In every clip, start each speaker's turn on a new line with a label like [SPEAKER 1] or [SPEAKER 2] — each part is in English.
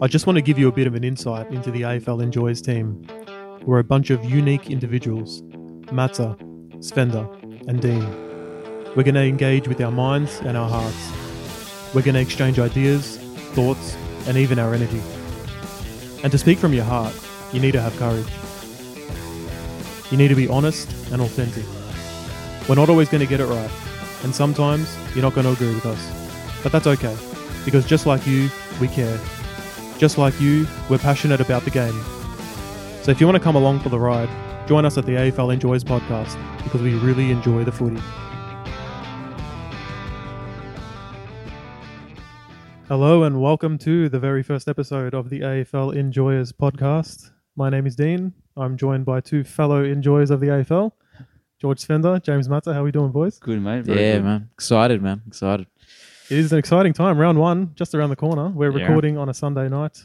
[SPEAKER 1] I just want to give you a bit of an insight into the AFL Enjoyers team. We're a bunch of unique individuals Matza, Svenda, and Dean. We're going to engage with our minds and our hearts. We're going to exchange ideas, thoughts, and even our energy. And to speak from your heart, you need to have courage. You need to be honest and authentic. We're not always going to get it right, and sometimes you're not going to agree with us. But that's okay, because just like you, we care. Just like you, we're passionate about the game. So if you want to come along for the ride, join us at the AFL Enjoys podcast, because we really enjoy the footy. Hello and welcome to the very first episode of the AFL Enjoyers podcast. My name is Dean. I'm joined by two fellow enjoyers of the AFL, George Spender, James Matza. How are we doing, boys?
[SPEAKER 2] Good mate. Very
[SPEAKER 3] Yeah,
[SPEAKER 2] good.
[SPEAKER 3] man. Excited, man. Excited.
[SPEAKER 1] It is an exciting time. Round one, just around the corner. We're
[SPEAKER 3] Yeah.
[SPEAKER 1] recording on a Sunday night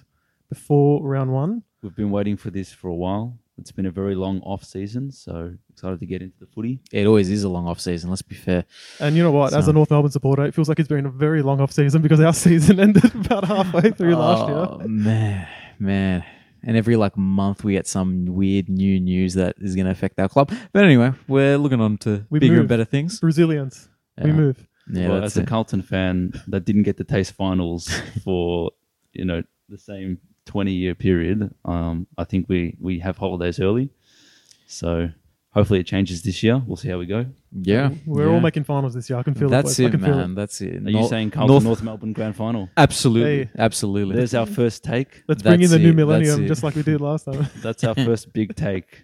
[SPEAKER 1] before round one.
[SPEAKER 2] We've been waiting for this for a while. It's been a very long off season, so excited to get into the footy.
[SPEAKER 3] It always is a long off season. Let's be fair.
[SPEAKER 1] And you know what? As a
[SPEAKER 3] So-
[SPEAKER 1] North Melbourne supporter, it feels like it's been a very long off season because our season ended about halfway through last year.
[SPEAKER 3] Oh, man, man. And every like month we get some weird new news that is going to affect our club. But anyway, we're looking on to
[SPEAKER 1] We
[SPEAKER 3] bigger
[SPEAKER 1] move.
[SPEAKER 3] and better things.
[SPEAKER 1] Resilience. We
[SPEAKER 3] Yeah.
[SPEAKER 1] move.
[SPEAKER 3] Yeah,
[SPEAKER 2] well,
[SPEAKER 3] that's
[SPEAKER 2] as a
[SPEAKER 3] it.
[SPEAKER 2] Carlton fan that didn't get to taste finals for you know the same twenty year period, um, I think we we have holidays early, so hopefully it changes this year. We'll see how we go.
[SPEAKER 3] yeah,
[SPEAKER 1] We're
[SPEAKER 3] yeah.
[SPEAKER 1] all making finals this year. I can feel it.
[SPEAKER 3] That's
[SPEAKER 1] boys. I
[SPEAKER 3] it,
[SPEAKER 1] can feel it.
[SPEAKER 3] man. That's it.
[SPEAKER 2] Are you saying Carlton North, Melbourne grand final?
[SPEAKER 3] Absolutely,
[SPEAKER 1] Hey.
[SPEAKER 3] absolutely.
[SPEAKER 2] There's our first take.
[SPEAKER 1] Let's bring in
[SPEAKER 3] That's
[SPEAKER 1] the
[SPEAKER 3] it,
[SPEAKER 1] new
[SPEAKER 3] that's
[SPEAKER 1] millennium
[SPEAKER 3] it.
[SPEAKER 1] just like we did last time.
[SPEAKER 2] That's our first big take.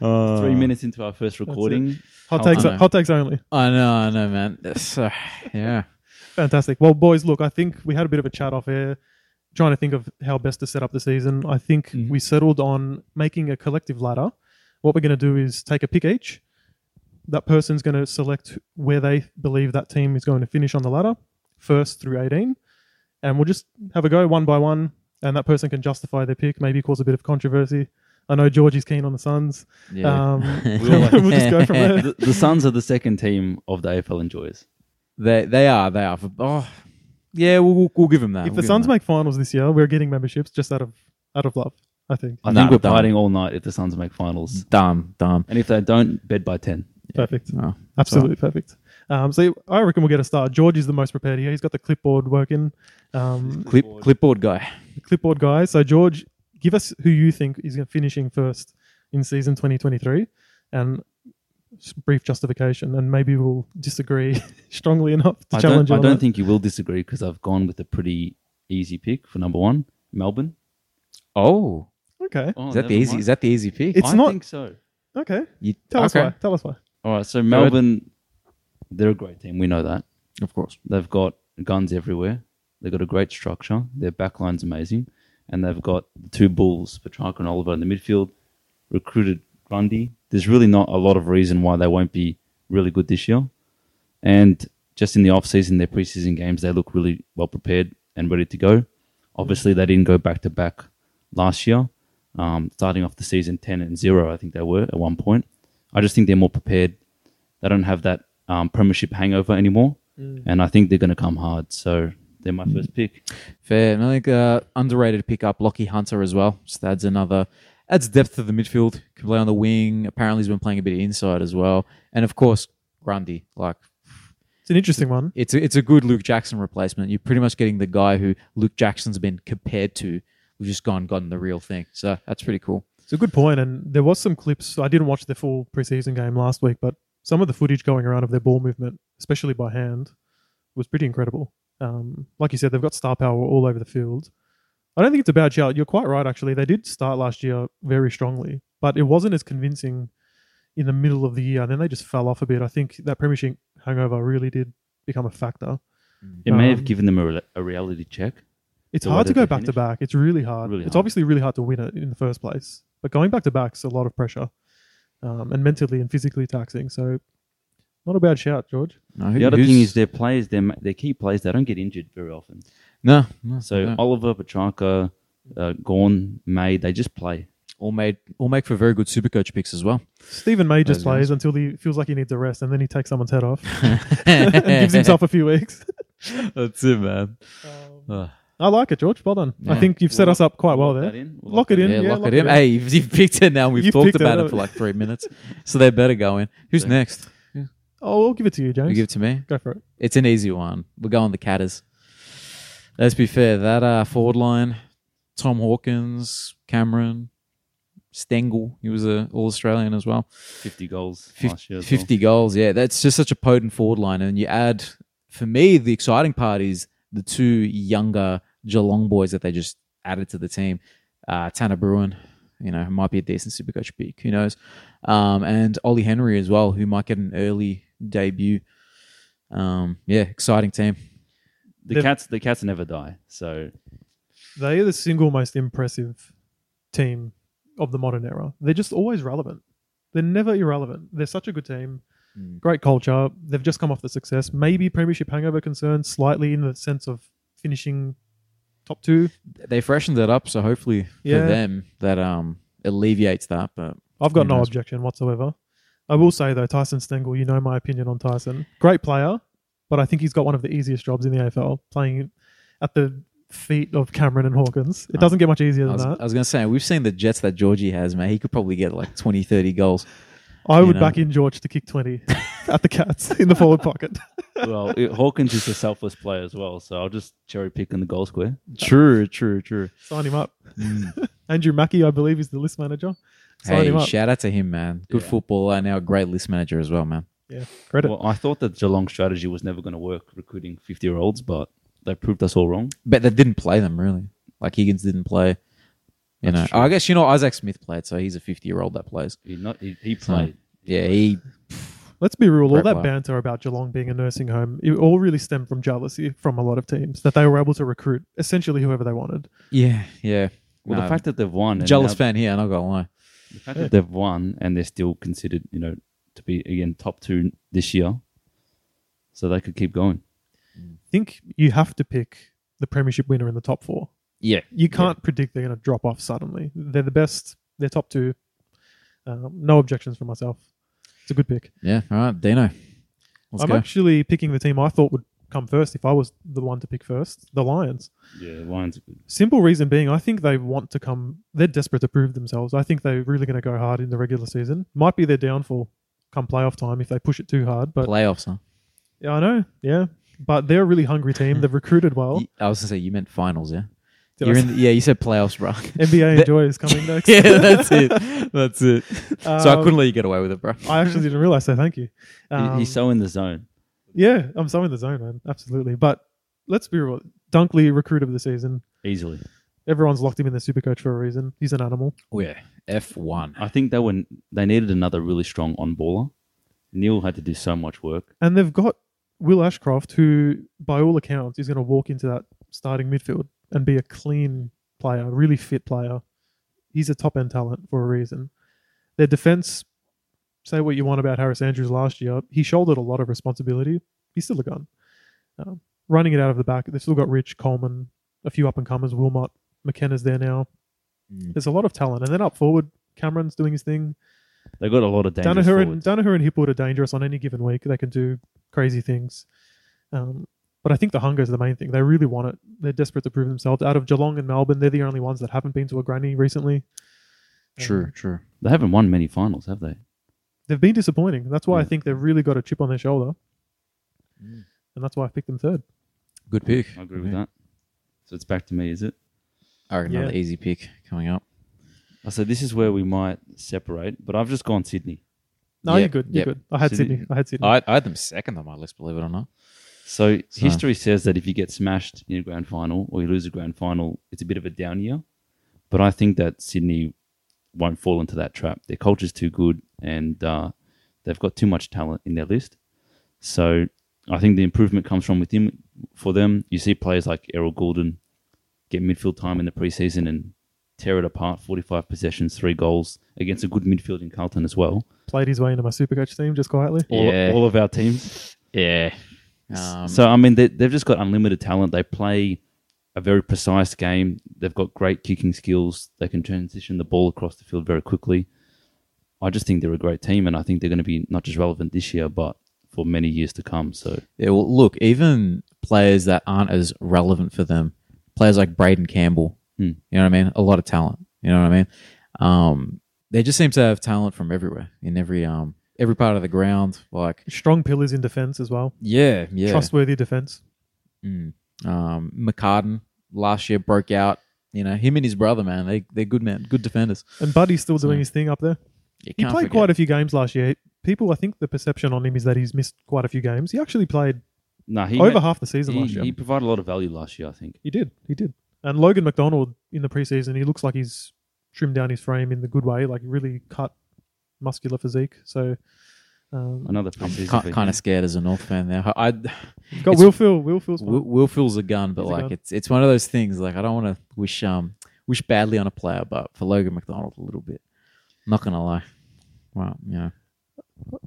[SPEAKER 3] Uh,
[SPEAKER 2] Three minutes into our first recording.
[SPEAKER 1] Hot
[SPEAKER 2] Oh,
[SPEAKER 1] takes,
[SPEAKER 3] I know.
[SPEAKER 1] hot takes only.
[SPEAKER 3] I know, I know, man. So, yeah,
[SPEAKER 1] Fantastic. Well, boys, look, I think we had a bit of a chat off air, trying to think of how best to set up the season. I think
[SPEAKER 3] Mhm.
[SPEAKER 1] we settled on making a collective ladder. What we're going to do is take a pick each. That person's going to select where they believe that team is going to finish on the ladder, first through 18. And we'll just have a go one by one, and that person can justify their pick, maybe cause a bit of controversy. I know Georgie's keen on the Suns.
[SPEAKER 3] yeah.
[SPEAKER 1] Um,
[SPEAKER 2] We'll-
[SPEAKER 1] we'll just go from there.
[SPEAKER 2] the, the Suns are the second team of the AFL enjoyers.
[SPEAKER 3] They they are they are. For, oh, yeah. We'll, we'll, we'll give them that.
[SPEAKER 1] if
[SPEAKER 3] We'll
[SPEAKER 1] the
[SPEAKER 3] give 'em
[SPEAKER 1] Suns
[SPEAKER 3] that.
[SPEAKER 1] make finals this year, we're getting memberships just out of out of love. I think
[SPEAKER 2] I
[SPEAKER 3] Nah,
[SPEAKER 2] think we're
[SPEAKER 3] dumb.
[SPEAKER 2] partying all night if the Suns make finals.
[SPEAKER 3] dumb, dumb. Oh.
[SPEAKER 2] And if they don't, bed by 10.
[SPEAKER 1] perfect,
[SPEAKER 3] No,
[SPEAKER 1] absolutely perfect. Um, so I reckon we'll get a start. George is the most prepared here. He's got the clipboard working, um,
[SPEAKER 3] clip clipboard guy.
[SPEAKER 1] the clipboard guy. So George, give us who you think is finishing first in season 2023, and s- brief justification, and maybe we'll disagree strongly enough to
[SPEAKER 2] I
[SPEAKER 1] challenge
[SPEAKER 2] don't,
[SPEAKER 1] you
[SPEAKER 2] I
[SPEAKER 1] on
[SPEAKER 2] don't
[SPEAKER 1] that.
[SPEAKER 2] think you will disagree because I've gone with a pretty easy pick for number one, Melbourne.
[SPEAKER 3] Oh,
[SPEAKER 1] Okay,
[SPEAKER 2] Oh,
[SPEAKER 3] is that the
[SPEAKER 2] never
[SPEAKER 3] easy?
[SPEAKER 2] mind.
[SPEAKER 3] Is that the easy pick?
[SPEAKER 1] It's
[SPEAKER 2] I
[SPEAKER 1] not-
[SPEAKER 2] think so.
[SPEAKER 1] okay.
[SPEAKER 3] You-
[SPEAKER 1] Tell us
[SPEAKER 3] okay,
[SPEAKER 1] why. Tell us why.
[SPEAKER 2] All right, so Melbourne, they're a great team. We know that.
[SPEAKER 3] Of course.
[SPEAKER 2] They've got guns everywhere. They've got a great structure. Their back line's amazing. And they've got the two bulls, Petrarca and Oliver in the midfield, recruited Grundy. There's really not a lot of reason why they won't be really good this year. And just in the off-season, their preseason games, they look really well prepared and ready to go. Obviously, they didn't go back to back last year, um, starting off the season 10 and 0, I think they were at one point. I just think they're more prepared. They don't have that um, premiership hangover anymore
[SPEAKER 1] Mm.
[SPEAKER 2] and I think they're going to come hard. So they're my first pick.
[SPEAKER 3] Fair. And I think uh, underrated pickup, Lockie Hunter as well. So that's another adds depth to the midfield. Can play on the wing. Apparently, he's been playing a bit inside as well. And of course, Grundy. Like
[SPEAKER 1] It's an interesting one.
[SPEAKER 3] it's a, it's a good Luke Jackson replacement. You're pretty much getting the guy who Luke Jackson's been compared to. We've just gone gotten the real thing. So that's pretty cool.
[SPEAKER 1] It's a good point, and there was some clips. I didn't watch the full preseason game last week, but some of the footage going around of their ball movement, especially by hand, was pretty incredible. Um, like you said, they've got star power all over the field. I don't think it's a bad shout. You're quite right, actually. They did start last year very strongly, but it wasn't as convincing in the middle of the year, and then they just fell off a bit. I think that premiership hangover really did become a factor.
[SPEAKER 2] It may
[SPEAKER 1] Um,
[SPEAKER 2] have given them a, rela- a reality check.
[SPEAKER 1] It's
[SPEAKER 2] The way
[SPEAKER 1] hard to
[SPEAKER 2] that
[SPEAKER 1] go
[SPEAKER 2] they
[SPEAKER 1] back to
[SPEAKER 2] finished?
[SPEAKER 1] back. It's really hard.
[SPEAKER 2] Really
[SPEAKER 1] it's
[SPEAKER 2] hard.
[SPEAKER 1] obviously really hard to win it in the first place. But going back to back's a lot of pressure, um, and mentally and physically taxing. So, not a bad shout, George.
[SPEAKER 3] No, who-
[SPEAKER 2] The other
[SPEAKER 3] who's-
[SPEAKER 2] thing is their players, their ma- their key players, they don't get injured very often.
[SPEAKER 3] no, no,
[SPEAKER 2] So
[SPEAKER 3] no.
[SPEAKER 2] Oliver, Petrarca, uh, Gorn, May, they just play.
[SPEAKER 3] all made all make for very good super coach picks as well.
[SPEAKER 1] Stephen May just
[SPEAKER 3] Those
[SPEAKER 1] plays
[SPEAKER 3] guys.
[SPEAKER 1] until he feels like he needs a rest, and then he takes someone's head off and gives himself a few weeks.
[SPEAKER 3] That's it, man.
[SPEAKER 1] Um,
[SPEAKER 3] Ah.
[SPEAKER 1] I like it, George. Well done. I
[SPEAKER 3] Yeah.
[SPEAKER 1] think you've set
[SPEAKER 2] We'll
[SPEAKER 1] us up quite well
[SPEAKER 2] That
[SPEAKER 1] there.
[SPEAKER 2] in? We'll
[SPEAKER 1] Lock it in.
[SPEAKER 3] Yeah,
[SPEAKER 1] Yeah,
[SPEAKER 3] lock, it in. Hey, you've, you've picked it now. We've
[SPEAKER 1] You've
[SPEAKER 3] talked
[SPEAKER 1] picked it
[SPEAKER 3] about it
[SPEAKER 1] up.
[SPEAKER 3] for like three minutes, so they better go in. Who's
[SPEAKER 2] Yeah.
[SPEAKER 3] next?
[SPEAKER 1] Oh, we'll give it to you, James.
[SPEAKER 3] You give it to me.
[SPEAKER 1] Go for it.
[SPEAKER 3] It's an easy one. We're going the Catters. Let's be fair. That uh, forward line, Tom Hawkins, Cameron, Stengel. He was a All Australian as well.
[SPEAKER 2] 50 goals last year.
[SPEAKER 3] 50,
[SPEAKER 2] as well.
[SPEAKER 3] goals. Yeah, that's just such a potent forward line. And you add, for me, the exciting part is the two younger Geelong boys that they just added to the team. Uh, Tanner Bruin, you know, might be a decent Supercoach pick. Who knows? Um, and Ollie Henry as well, who might get an early debut. Um, yeah, exciting team.
[SPEAKER 2] The
[SPEAKER 1] They've-
[SPEAKER 2] cats, the cats never die. So
[SPEAKER 1] They are the single most impressive team of the modern era. They're just always relevant. They're never irrelevant. They're such a good team.
[SPEAKER 3] Mm.
[SPEAKER 1] Great culture. They've just come off the success. Maybe premiership hangover concern slightly in the sense of finishing top two.
[SPEAKER 3] They freshened it up, so hopefully
[SPEAKER 1] Yeah.
[SPEAKER 3] for them that um alleviates that. But
[SPEAKER 1] I've got
[SPEAKER 3] Who
[SPEAKER 1] no
[SPEAKER 3] knows?
[SPEAKER 1] objection whatsoever. I will say though, Tyson Stengel, you know my opinion on Tyson. Great player, but I think he's got one of the easiest jobs in the AFL, playing at the feet of Cameron and Hawkins. It
[SPEAKER 3] Oh.
[SPEAKER 1] doesn't get much easier
[SPEAKER 3] I
[SPEAKER 1] than
[SPEAKER 3] was,
[SPEAKER 1] that.
[SPEAKER 3] I was gonna say we've seen the Jets that Georgie has, man. He could probably get like 20, 30 goals.
[SPEAKER 1] I
[SPEAKER 3] you
[SPEAKER 1] would
[SPEAKER 3] know.
[SPEAKER 1] back in George to kick twenty at the Cats in the forward pocket.
[SPEAKER 2] well, it, Hawkins is a selfless player as well. So I'll just cherry pick in the goal square.
[SPEAKER 3] True, true, true.
[SPEAKER 1] Sign him up.
[SPEAKER 3] Mm.
[SPEAKER 1] Andrew Mackey, I believe, is the list manager. Sign him
[SPEAKER 3] hey,
[SPEAKER 1] up.
[SPEAKER 3] shout out to him, man. Good
[SPEAKER 2] Yeah.
[SPEAKER 3] footballer and now a great list manager as well, man.
[SPEAKER 1] yeah, credit.
[SPEAKER 2] Well, I thought that Geelong's strategy was never going to work recruiting 50 year olds, but they proved us all wrong.
[SPEAKER 3] But they didn't play them really. Like Higgins didn't play. You know,
[SPEAKER 2] That's true.
[SPEAKER 3] I guess you know Isaac Smith played, so he's a fifty-year-old that plays.
[SPEAKER 2] He not he, he
[SPEAKER 3] So,
[SPEAKER 2] played.
[SPEAKER 3] yeah, he
[SPEAKER 1] Let's be real. All
[SPEAKER 3] Great
[SPEAKER 1] that
[SPEAKER 3] player.
[SPEAKER 1] banter about Geelong being a nursing home, it all really stemmed from jealousy from a lot of teams that they were able to recruit essentially whoever they wanted.
[SPEAKER 3] yeah, yeah.
[SPEAKER 2] Well,
[SPEAKER 3] Nah,
[SPEAKER 2] the fact that they've won, and
[SPEAKER 3] jealous
[SPEAKER 2] now-
[SPEAKER 3] fan here, not gonna lie.
[SPEAKER 2] the fact that they've won, and they're still considered, you know, to be again top two this year, so they could keep going.
[SPEAKER 1] think you have to pick the premiership winner in the top four.
[SPEAKER 2] Yeah,
[SPEAKER 1] You can't predict they're going to drop off suddenly. They're the best. They're top two. Um, no objections from myself. It's a good pick.
[SPEAKER 3] Yeah, all right, Dino. Let's
[SPEAKER 1] I'm
[SPEAKER 3] go.
[SPEAKER 1] actually picking the team I thought would come first if I was the one to pick first. The Lions.
[SPEAKER 2] yeah. Lions are good.
[SPEAKER 1] Simple reason being, I think they want to come. They're desperate to prove themselves. I think they're really going to go hard in the regular season. Might be their downfall come playoff time if they push it too hard. But
[SPEAKER 3] Playoffs, huh?
[SPEAKER 1] yeah, I know. Yeah. But they're a really hungry team. They've recruited
[SPEAKER 2] Oh.
[SPEAKER 1] well.
[SPEAKER 3] Y- I was gonna say you meant finals, yeah.
[SPEAKER 1] Did I
[SPEAKER 3] You're
[SPEAKER 1] say-
[SPEAKER 3] in. The, yeah, you said playoffs, bro.
[SPEAKER 1] NBA
[SPEAKER 3] The-
[SPEAKER 1] Enjoy is coming next.
[SPEAKER 3] yeah, that's it. That's it. so I
[SPEAKER 1] Um,
[SPEAKER 3] couldn't let you get away with it, bro.
[SPEAKER 1] I actually didn't realize. So thank you.
[SPEAKER 2] He-
[SPEAKER 1] Um,
[SPEAKER 2] he's so in the zone.
[SPEAKER 1] yeah, I'm so in the zone, man. Absolutely. But let's be real. Dunkley recruit of the season.
[SPEAKER 2] Easily,
[SPEAKER 1] Everyone's locked him in the super coach for a reason. He's an animal.
[SPEAKER 3] Oh yeah, F one.
[SPEAKER 2] I think they were they needed another really strong on baller. Neil had to do so much work.
[SPEAKER 1] And they've got Will Ashcroft, who by all accounts is going to walk into that starting midfield and be a clean player, really fit player. He's a top end talent for a reason. Their defense, say what you want about Harris Andrews last year, he shouldered a lot of responsibility. He's still a gun. Um, running it out of the back, they've still got Rich Coleman, a few up and comers, Wilmot, McKenna's there now.
[SPEAKER 3] Mm.
[SPEAKER 1] There's a lot of talent. And then up forward, Cameron's doing his thing.
[SPEAKER 2] They got a lot of dangerous
[SPEAKER 1] Danaher and,
[SPEAKER 2] forwards.
[SPEAKER 1] Danaher and Hipwood are dangerous on any given week. They can do crazy things. Um, but I think the hunger is the main thing. They really want it. They're desperate to prove themselves. Out of Geelong and Melbourne, they're the only ones that haven't been to a granny recently. Um,
[SPEAKER 3] True, true.
[SPEAKER 2] They haven't won many finals, have they?
[SPEAKER 1] They've been disappointing. That's why I
[SPEAKER 2] Yeah.
[SPEAKER 1] think they've really got a chip on their shoulder.
[SPEAKER 3] Mm.
[SPEAKER 1] And that's why I picked them third.
[SPEAKER 3] Good pick.
[SPEAKER 2] I agree with that. So it's back to me, is it?
[SPEAKER 3] All right, another
[SPEAKER 1] Yeah.
[SPEAKER 3] easy pick coming up.
[SPEAKER 2] I said this is where we might separate, but I've just gone Sydney.
[SPEAKER 1] No,
[SPEAKER 3] Yep,
[SPEAKER 1] you're good. You're
[SPEAKER 3] yep.
[SPEAKER 1] good. I had
[SPEAKER 2] So
[SPEAKER 1] Sydney.
[SPEAKER 2] the-
[SPEAKER 1] I had Sydney.
[SPEAKER 3] I, I had them second on my list, believe it or not.
[SPEAKER 2] So,
[SPEAKER 3] So-
[SPEAKER 2] history says that if you get smashed in a grand final or you lose a grand final, it's a bit of a down year. But I think that Sydney won't fall into that trap. Their culture's too good, and uh, they've got too much talent in their list. So I think the improvement comes from within for them. You see players like Errol Goulden get midfield time in the preseason and tear it apart. Forty-five possessions, three goals against a good midfield in Carlton as well.
[SPEAKER 1] Played his way into my supercoach team just quietly.
[SPEAKER 2] All,
[SPEAKER 3] Yeah.
[SPEAKER 2] all of our teams.
[SPEAKER 3] Yeah. Um,
[SPEAKER 2] so I mean, they, they've just got unlimited talent. They play a very precise game. They've got great kicking skills. They can transition the ball across the field very quickly. I just think they're a great team, and I think they're going to be not just relevant this year, but for many years to come. So
[SPEAKER 3] yeah, well, look, even players that aren't as relevant for them players like Braden Campbell.
[SPEAKER 2] Hmm.
[SPEAKER 3] You know what I mean? A lot of talent. You know what I mean? Um, they just seem to have talent from everywhere in every um every part of the ground. Like
[SPEAKER 1] Strong pillars in defense as well.
[SPEAKER 3] yeah, yeah.
[SPEAKER 1] Trustworthy defense.
[SPEAKER 3] Mm. Um, McCartan last year broke out. You know him and his brother, man. They they're good man, good defenders.
[SPEAKER 1] And Buddy's still doing
[SPEAKER 3] Yeah.
[SPEAKER 1] his thing up there.
[SPEAKER 3] You
[SPEAKER 1] He
[SPEAKER 3] can't
[SPEAKER 1] played
[SPEAKER 3] forget.
[SPEAKER 1] quite a few games last year. People, I think the perception on him is that he's missed quite a few games. He actually played
[SPEAKER 2] Nah, he
[SPEAKER 1] over
[SPEAKER 2] made-
[SPEAKER 1] half the season
[SPEAKER 2] he,
[SPEAKER 1] last year.
[SPEAKER 2] he
[SPEAKER 1] He,
[SPEAKER 2] provided a lot of value last year. I think.
[SPEAKER 1] did. He did. And Logan McDonald in the preseason, he looks like he's trimmed down his frame in the good way, like really cut, muscular physique. So, um,
[SPEAKER 2] Another
[SPEAKER 3] I'm
[SPEAKER 2] preseason
[SPEAKER 3] ki-
[SPEAKER 2] thing.
[SPEAKER 3] kind of scared as a North fan there. I, I
[SPEAKER 1] you've got
[SPEAKER 3] it's-
[SPEAKER 1] Will Phil. Will Phil's fine.
[SPEAKER 3] Will, Will Phil's a gun, but
[SPEAKER 1] He's a
[SPEAKER 3] like
[SPEAKER 1] gun.
[SPEAKER 3] it's it's one of those things. Like I don't want to wish um wish badly on a player, but for Logan McDonald, a little bit. Not gonna lie. Well, you know,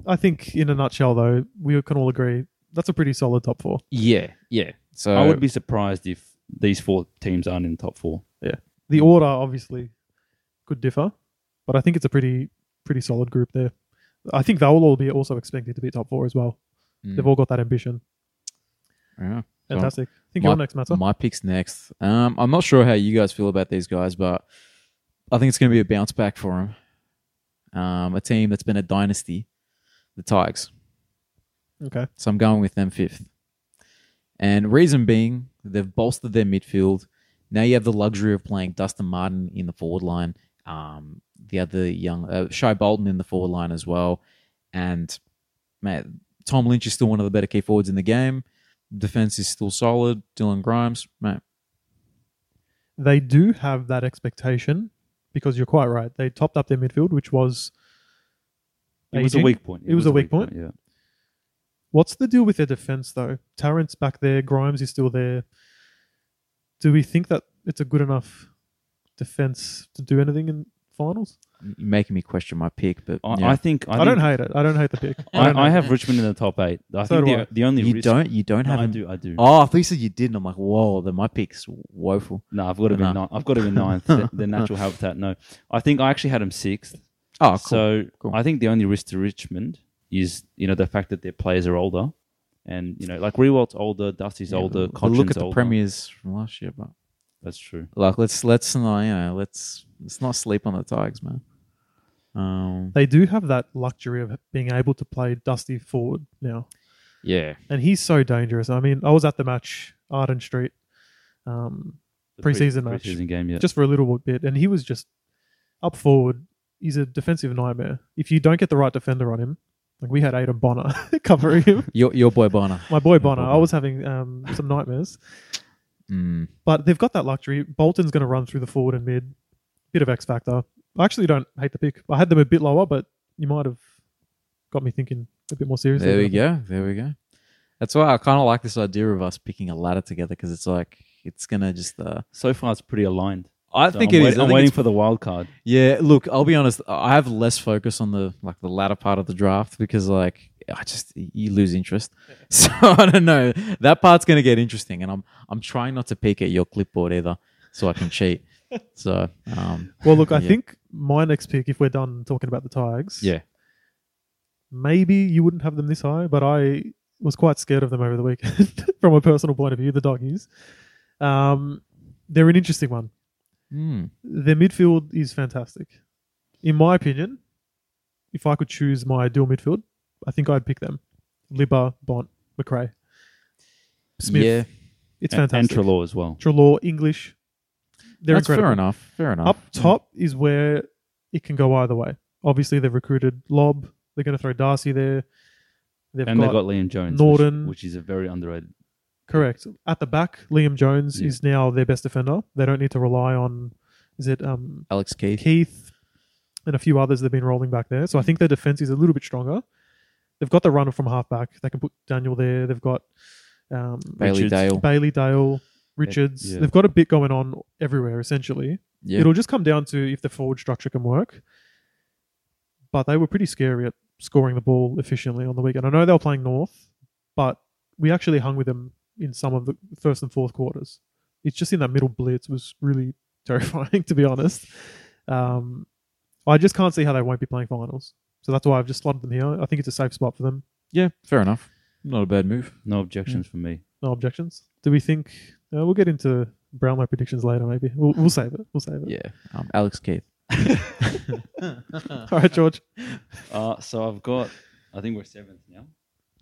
[SPEAKER 1] I think, in a nutshell, though, we can all agree that's a pretty solid top four.
[SPEAKER 3] yeah, yeah. So
[SPEAKER 2] I would be surprised if these four teams aren't in the top four.
[SPEAKER 1] The order obviously could differ, but I think it's a pretty pretty solid group there. I think they'll all be also expected to be top four as well.
[SPEAKER 3] Mm.
[SPEAKER 1] They've all got that ambition.
[SPEAKER 3] Yeah. So,
[SPEAKER 1] Fantastic. I think
[SPEAKER 3] my-
[SPEAKER 1] you're next, Matter.
[SPEAKER 3] My picks next. Um, I'm not sure how you guys feel about these guys, but I think it's going to be a bounce back for them. Um, a team that's been a dynasty, the Tigers.
[SPEAKER 1] Okay.
[SPEAKER 3] So I'm going with them fifth. And reason being, they've bolstered their midfield. Now you have the luxury of playing Dustin Martin in the forward line, um, the other young uh, Shy Bolton in the forward line as well, and man, Tom Lynch is still one of the better key forwards in the game. Defense is still solid. Dylan Grimes, man,
[SPEAKER 1] They do have that expectation because you're quite right. They topped up their midfield, which was.
[SPEAKER 2] It was a
[SPEAKER 1] aging.
[SPEAKER 2] weak point.
[SPEAKER 1] It was a weak point.
[SPEAKER 2] Yeah.
[SPEAKER 1] What's the deal with their defense, though? Tarrant's back there. Grimes is still there. Do we think that it's a good enough defense to do anything in finals?
[SPEAKER 3] you're making me question my pick, but
[SPEAKER 2] I,
[SPEAKER 3] yeah.
[SPEAKER 2] I think I,
[SPEAKER 1] I, don't
[SPEAKER 2] think-
[SPEAKER 1] hate it. I don't hate the pick. don't
[SPEAKER 2] I, I
[SPEAKER 1] hate
[SPEAKER 2] have Richmond in the top eight. I
[SPEAKER 1] So
[SPEAKER 2] think
[SPEAKER 1] do
[SPEAKER 2] the,
[SPEAKER 1] I.
[SPEAKER 2] the only
[SPEAKER 3] you
[SPEAKER 2] risk-
[SPEAKER 3] don't you don't
[SPEAKER 2] No,
[SPEAKER 3] have
[SPEAKER 2] I
[SPEAKER 3] him.
[SPEAKER 2] do. I do.
[SPEAKER 3] Oh, I thought you said you didn't. I'm like, whoa, then my pick's woeful.
[SPEAKER 2] No, I've got to be
[SPEAKER 3] No.
[SPEAKER 2] nine. I've got to be ninth. the, the natural habitat. No, I think I actually had him sixth.
[SPEAKER 3] Oh, cool.
[SPEAKER 2] So
[SPEAKER 3] cool.
[SPEAKER 2] I think the only risk to Richmond is you know the fact that their players are older, and you know like Rewalt's older, Dusty's
[SPEAKER 3] Yeah,
[SPEAKER 2] older,
[SPEAKER 3] but look
[SPEAKER 2] Cochin's
[SPEAKER 3] at the
[SPEAKER 2] older.
[SPEAKER 3] premiers from last year, but
[SPEAKER 2] That's true.
[SPEAKER 3] like let's let's not you know let's let's not sleep on the Tigers, man. Um,
[SPEAKER 1] They do have that luxury of being able to play Dusty forward now.
[SPEAKER 3] yeah,
[SPEAKER 1] And he's so dangerous. I mean, I was at the match, Arden Street, um,
[SPEAKER 2] The pre-
[SPEAKER 1] Preseason match.
[SPEAKER 2] preseason game. Yeah.
[SPEAKER 1] just for a little bit, and he was just up forward. He's a defensive nightmare. If you don't get the right defender on him, like we had Aidan Bonner covering him,
[SPEAKER 3] your your boy Bonner.
[SPEAKER 1] my boy Bonner,
[SPEAKER 2] Bonner.
[SPEAKER 1] I was having um, some nightmares.
[SPEAKER 3] Mm.
[SPEAKER 1] But they've got that luxury. Bolton's going to run through the forward and mid. Bit of X factor. I actually don't hate the pick. I had them a bit lower, but you might have got me thinking a bit more seriously.
[SPEAKER 3] There we
[SPEAKER 1] about it.
[SPEAKER 3] go. There we go. That's why I kind of like this idea of us picking a ladder together because it's like it's gonna just. Uh,
[SPEAKER 2] So far, it's pretty aligned.
[SPEAKER 3] I
[SPEAKER 2] So
[SPEAKER 3] think
[SPEAKER 2] I'm
[SPEAKER 3] it
[SPEAKER 2] wait-
[SPEAKER 3] is. I
[SPEAKER 2] I'm
[SPEAKER 3] think
[SPEAKER 2] waiting
[SPEAKER 3] it's-
[SPEAKER 2] for the wild card.
[SPEAKER 3] yeah, look, I'll be honest. I have less focus on the like the latter part of the draft because like I just you lose interest. So I don't know. That part's gonna get interesting, and I'm I'm trying not to peek at your clipboard either, so I can cheat. So um,
[SPEAKER 1] Well, look, I
[SPEAKER 3] Yeah.
[SPEAKER 1] think my next pick, if we're done talking about the Tigers,
[SPEAKER 3] yeah.
[SPEAKER 1] maybe you wouldn't have them this high, but I was quite scared of them over the weekend from a personal point of view, the doggies. Um, they're an interesting one.
[SPEAKER 3] Hmm.
[SPEAKER 1] Their midfield is fantastic. In my opinion, if I could choose my dual midfield, I think I'd pick them. Libba, Bont, McRae. Smith.
[SPEAKER 3] Yeah,
[SPEAKER 1] It's
[SPEAKER 2] And-
[SPEAKER 1] fantastic.
[SPEAKER 2] And Trelaw as well.
[SPEAKER 1] Trelaw, English. They're
[SPEAKER 3] that's
[SPEAKER 1] incredible.
[SPEAKER 3] fair enough. Fair enough.
[SPEAKER 1] Up top is where it can go either way. Obviously, they've recruited Lob. They're going to throw Darcy there. They've
[SPEAKER 2] and they've got Liam Jones, which-
[SPEAKER 1] Norton.
[SPEAKER 2] which is a very underrated.
[SPEAKER 1] Correct. At the back, Liam Jones
[SPEAKER 2] Yeah.
[SPEAKER 1] is now their best defender. They don't need to rely on is it um,
[SPEAKER 3] Alex Keith.
[SPEAKER 1] Keith and a few others they've been rolling back there. So I think their defense is a little bit stronger. They've got the runner from halfback. They can put Daniel there. They've got um,
[SPEAKER 3] Bailey
[SPEAKER 2] Richards.
[SPEAKER 3] Dale.
[SPEAKER 1] Bailey Dale, Richards.
[SPEAKER 2] yeah.
[SPEAKER 1] They've got a bit going on everywhere essentially.
[SPEAKER 3] yeah.
[SPEAKER 1] It'll just come down to if the forward structure can work. But they were pretty scary at scoring the ball efficiently on the weekend. I know they were playing North, but we actually hung with them in some of the first and fourth quarters. It's just in that middle blitz was really terrifying, to be honest. Um, I just can't see how they won't be playing finals. So that's why I've just slotted them here. I think it's a safe spot for them.
[SPEAKER 3] yeah, fair enough. Not a bad move.
[SPEAKER 2] No objections from me.
[SPEAKER 1] No objections. Do we think? Uh, we'll get into brown my predictions later, maybe. We'll, we'll save it. We'll save it.
[SPEAKER 3] Yeah, um, Alex Keith.
[SPEAKER 1] All right, George.
[SPEAKER 2] Uh, so I've got, I think we're seventh now.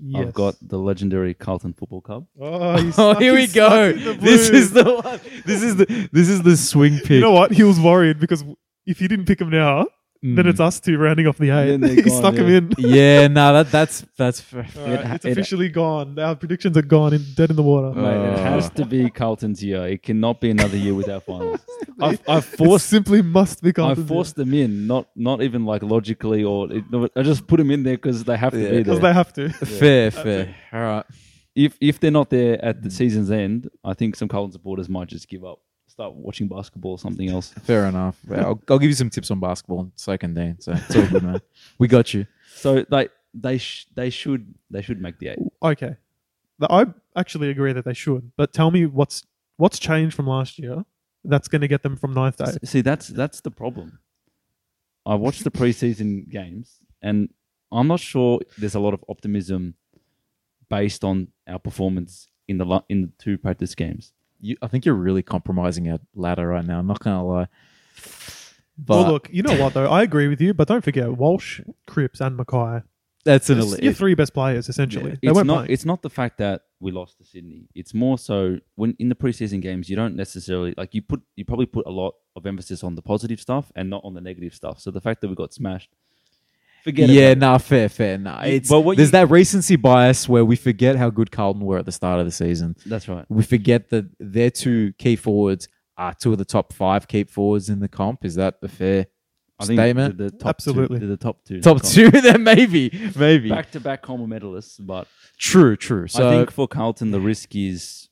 [SPEAKER 1] Yes.
[SPEAKER 2] I've got the legendary Carlton Football Club.
[SPEAKER 1] Oh, you
[SPEAKER 3] Oh,
[SPEAKER 1] suck-
[SPEAKER 3] here
[SPEAKER 1] you
[SPEAKER 3] we
[SPEAKER 1] suck
[SPEAKER 3] go.
[SPEAKER 1] in the
[SPEAKER 3] This
[SPEAKER 1] blue.
[SPEAKER 3] is the one. This is the this is the swing pick.
[SPEAKER 1] You know what? He was worried because if you didn't pick him now, then
[SPEAKER 3] Mm.
[SPEAKER 1] it's us two rounding off the eight.
[SPEAKER 2] Hmm. And then they're
[SPEAKER 1] he
[SPEAKER 2] gone,
[SPEAKER 1] stuck him
[SPEAKER 2] yeah.
[SPEAKER 1] in.
[SPEAKER 3] yeah, no, that that's that's fair.
[SPEAKER 1] All right, it's
[SPEAKER 2] it-
[SPEAKER 1] officially gone. Our predictions are gone in dead in the water. Uh,
[SPEAKER 2] Mate, it
[SPEAKER 3] Oh.
[SPEAKER 2] has to be Carlton's year. It cannot be another year without finals. I've, I've
[SPEAKER 1] It
[SPEAKER 2] forced,
[SPEAKER 1] simply must be
[SPEAKER 2] I
[SPEAKER 1] gone.
[SPEAKER 2] forced them in, not not even like logically or it, no, I just put them in there because they have to
[SPEAKER 3] Yeah.
[SPEAKER 2] be there.
[SPEAKER 1] because they have to.
[SPEAKER 3] fair, fair. All right.
[SPEAKER 2] if if they're not there at the season's end, I think some Carlton supporters might just give up, start watching basketball or something else.
[SPEAKER 3] Fair enough. Well, I'll, I'll give you some tips on basketball. and So can Dean. So it's all good, man. We got you.
[SPEAKER 2] So like they sh- they should they should make the eight.
[SPEAKER 1] Okay, The- I actually agree that they should. But tell me what's what's changed from last year that's going to get them from ninth to eighth.
[SPEAKER 2] See, that's that's the problem. I watched the preseason games, and I'm not sure there's a lot of optimism based on our performance in the lo- in the two practice games.
[SPEAKER 3] you. I think you're really compromising our ladder right now. I'm not gonna lie. But
[SPEAKER 1] Well, look, you know what though? I agree with you, but don't forget Walsh, Cripps, and Mackay.
[SPEAKER 3] that's an
[SPEAKER 1] Your
[SPEAKER 3] elite.
[SPEAKER 1] three best players essentially. they
[SPEAKER 2] it's
[SPEAKER 1] weren't
[SPEAKER 2] not
[SPEAKER 1] playing.
[SPEAKER 2] it's not the fact that we lost to Sydney. It's more so when in the preseason games you don't necessarily like you put you probably put a lot of emphasis on the positive stuff and not on the negative stuff. So the fact that we got smashed, forget
[SPEAKER 3] Yeah,
[SPEAKER 2] about it.
[SPEAKER 3] nah, fair, fair. Nah,
[SPEAKER 2] You-
[SPEAKER 3] it's
[SPEAKER 2] but what
[SPEAKER 3] there's
[SPEAKER 2] you-
[SPEAKER 3] that recency bias where we forget how good Carlton were at the start of the season.
[SPEAKER 2] That's right.
[SPEAKER 3] We forget that their two key forwards are two of the top five key forwards in the comp. Is that a fair
[SPEAKER 2] I think
[SPEAKER 3] statement?
[SPEAKER 2] the, the top
[SPEAKER 1] Absolutely.
[SPEAKER 2] two, the top two, in the
[SPEAKER 3] top
[SPEAKER 2] comp.
[SPEAKER 3] two, then maybe, maybe.
[SPEAKER 2] back to back Coleman medalists, but
[SPEAKER 3] True, true. So
[SPEAKER 2] I think for Carlton, the risk is,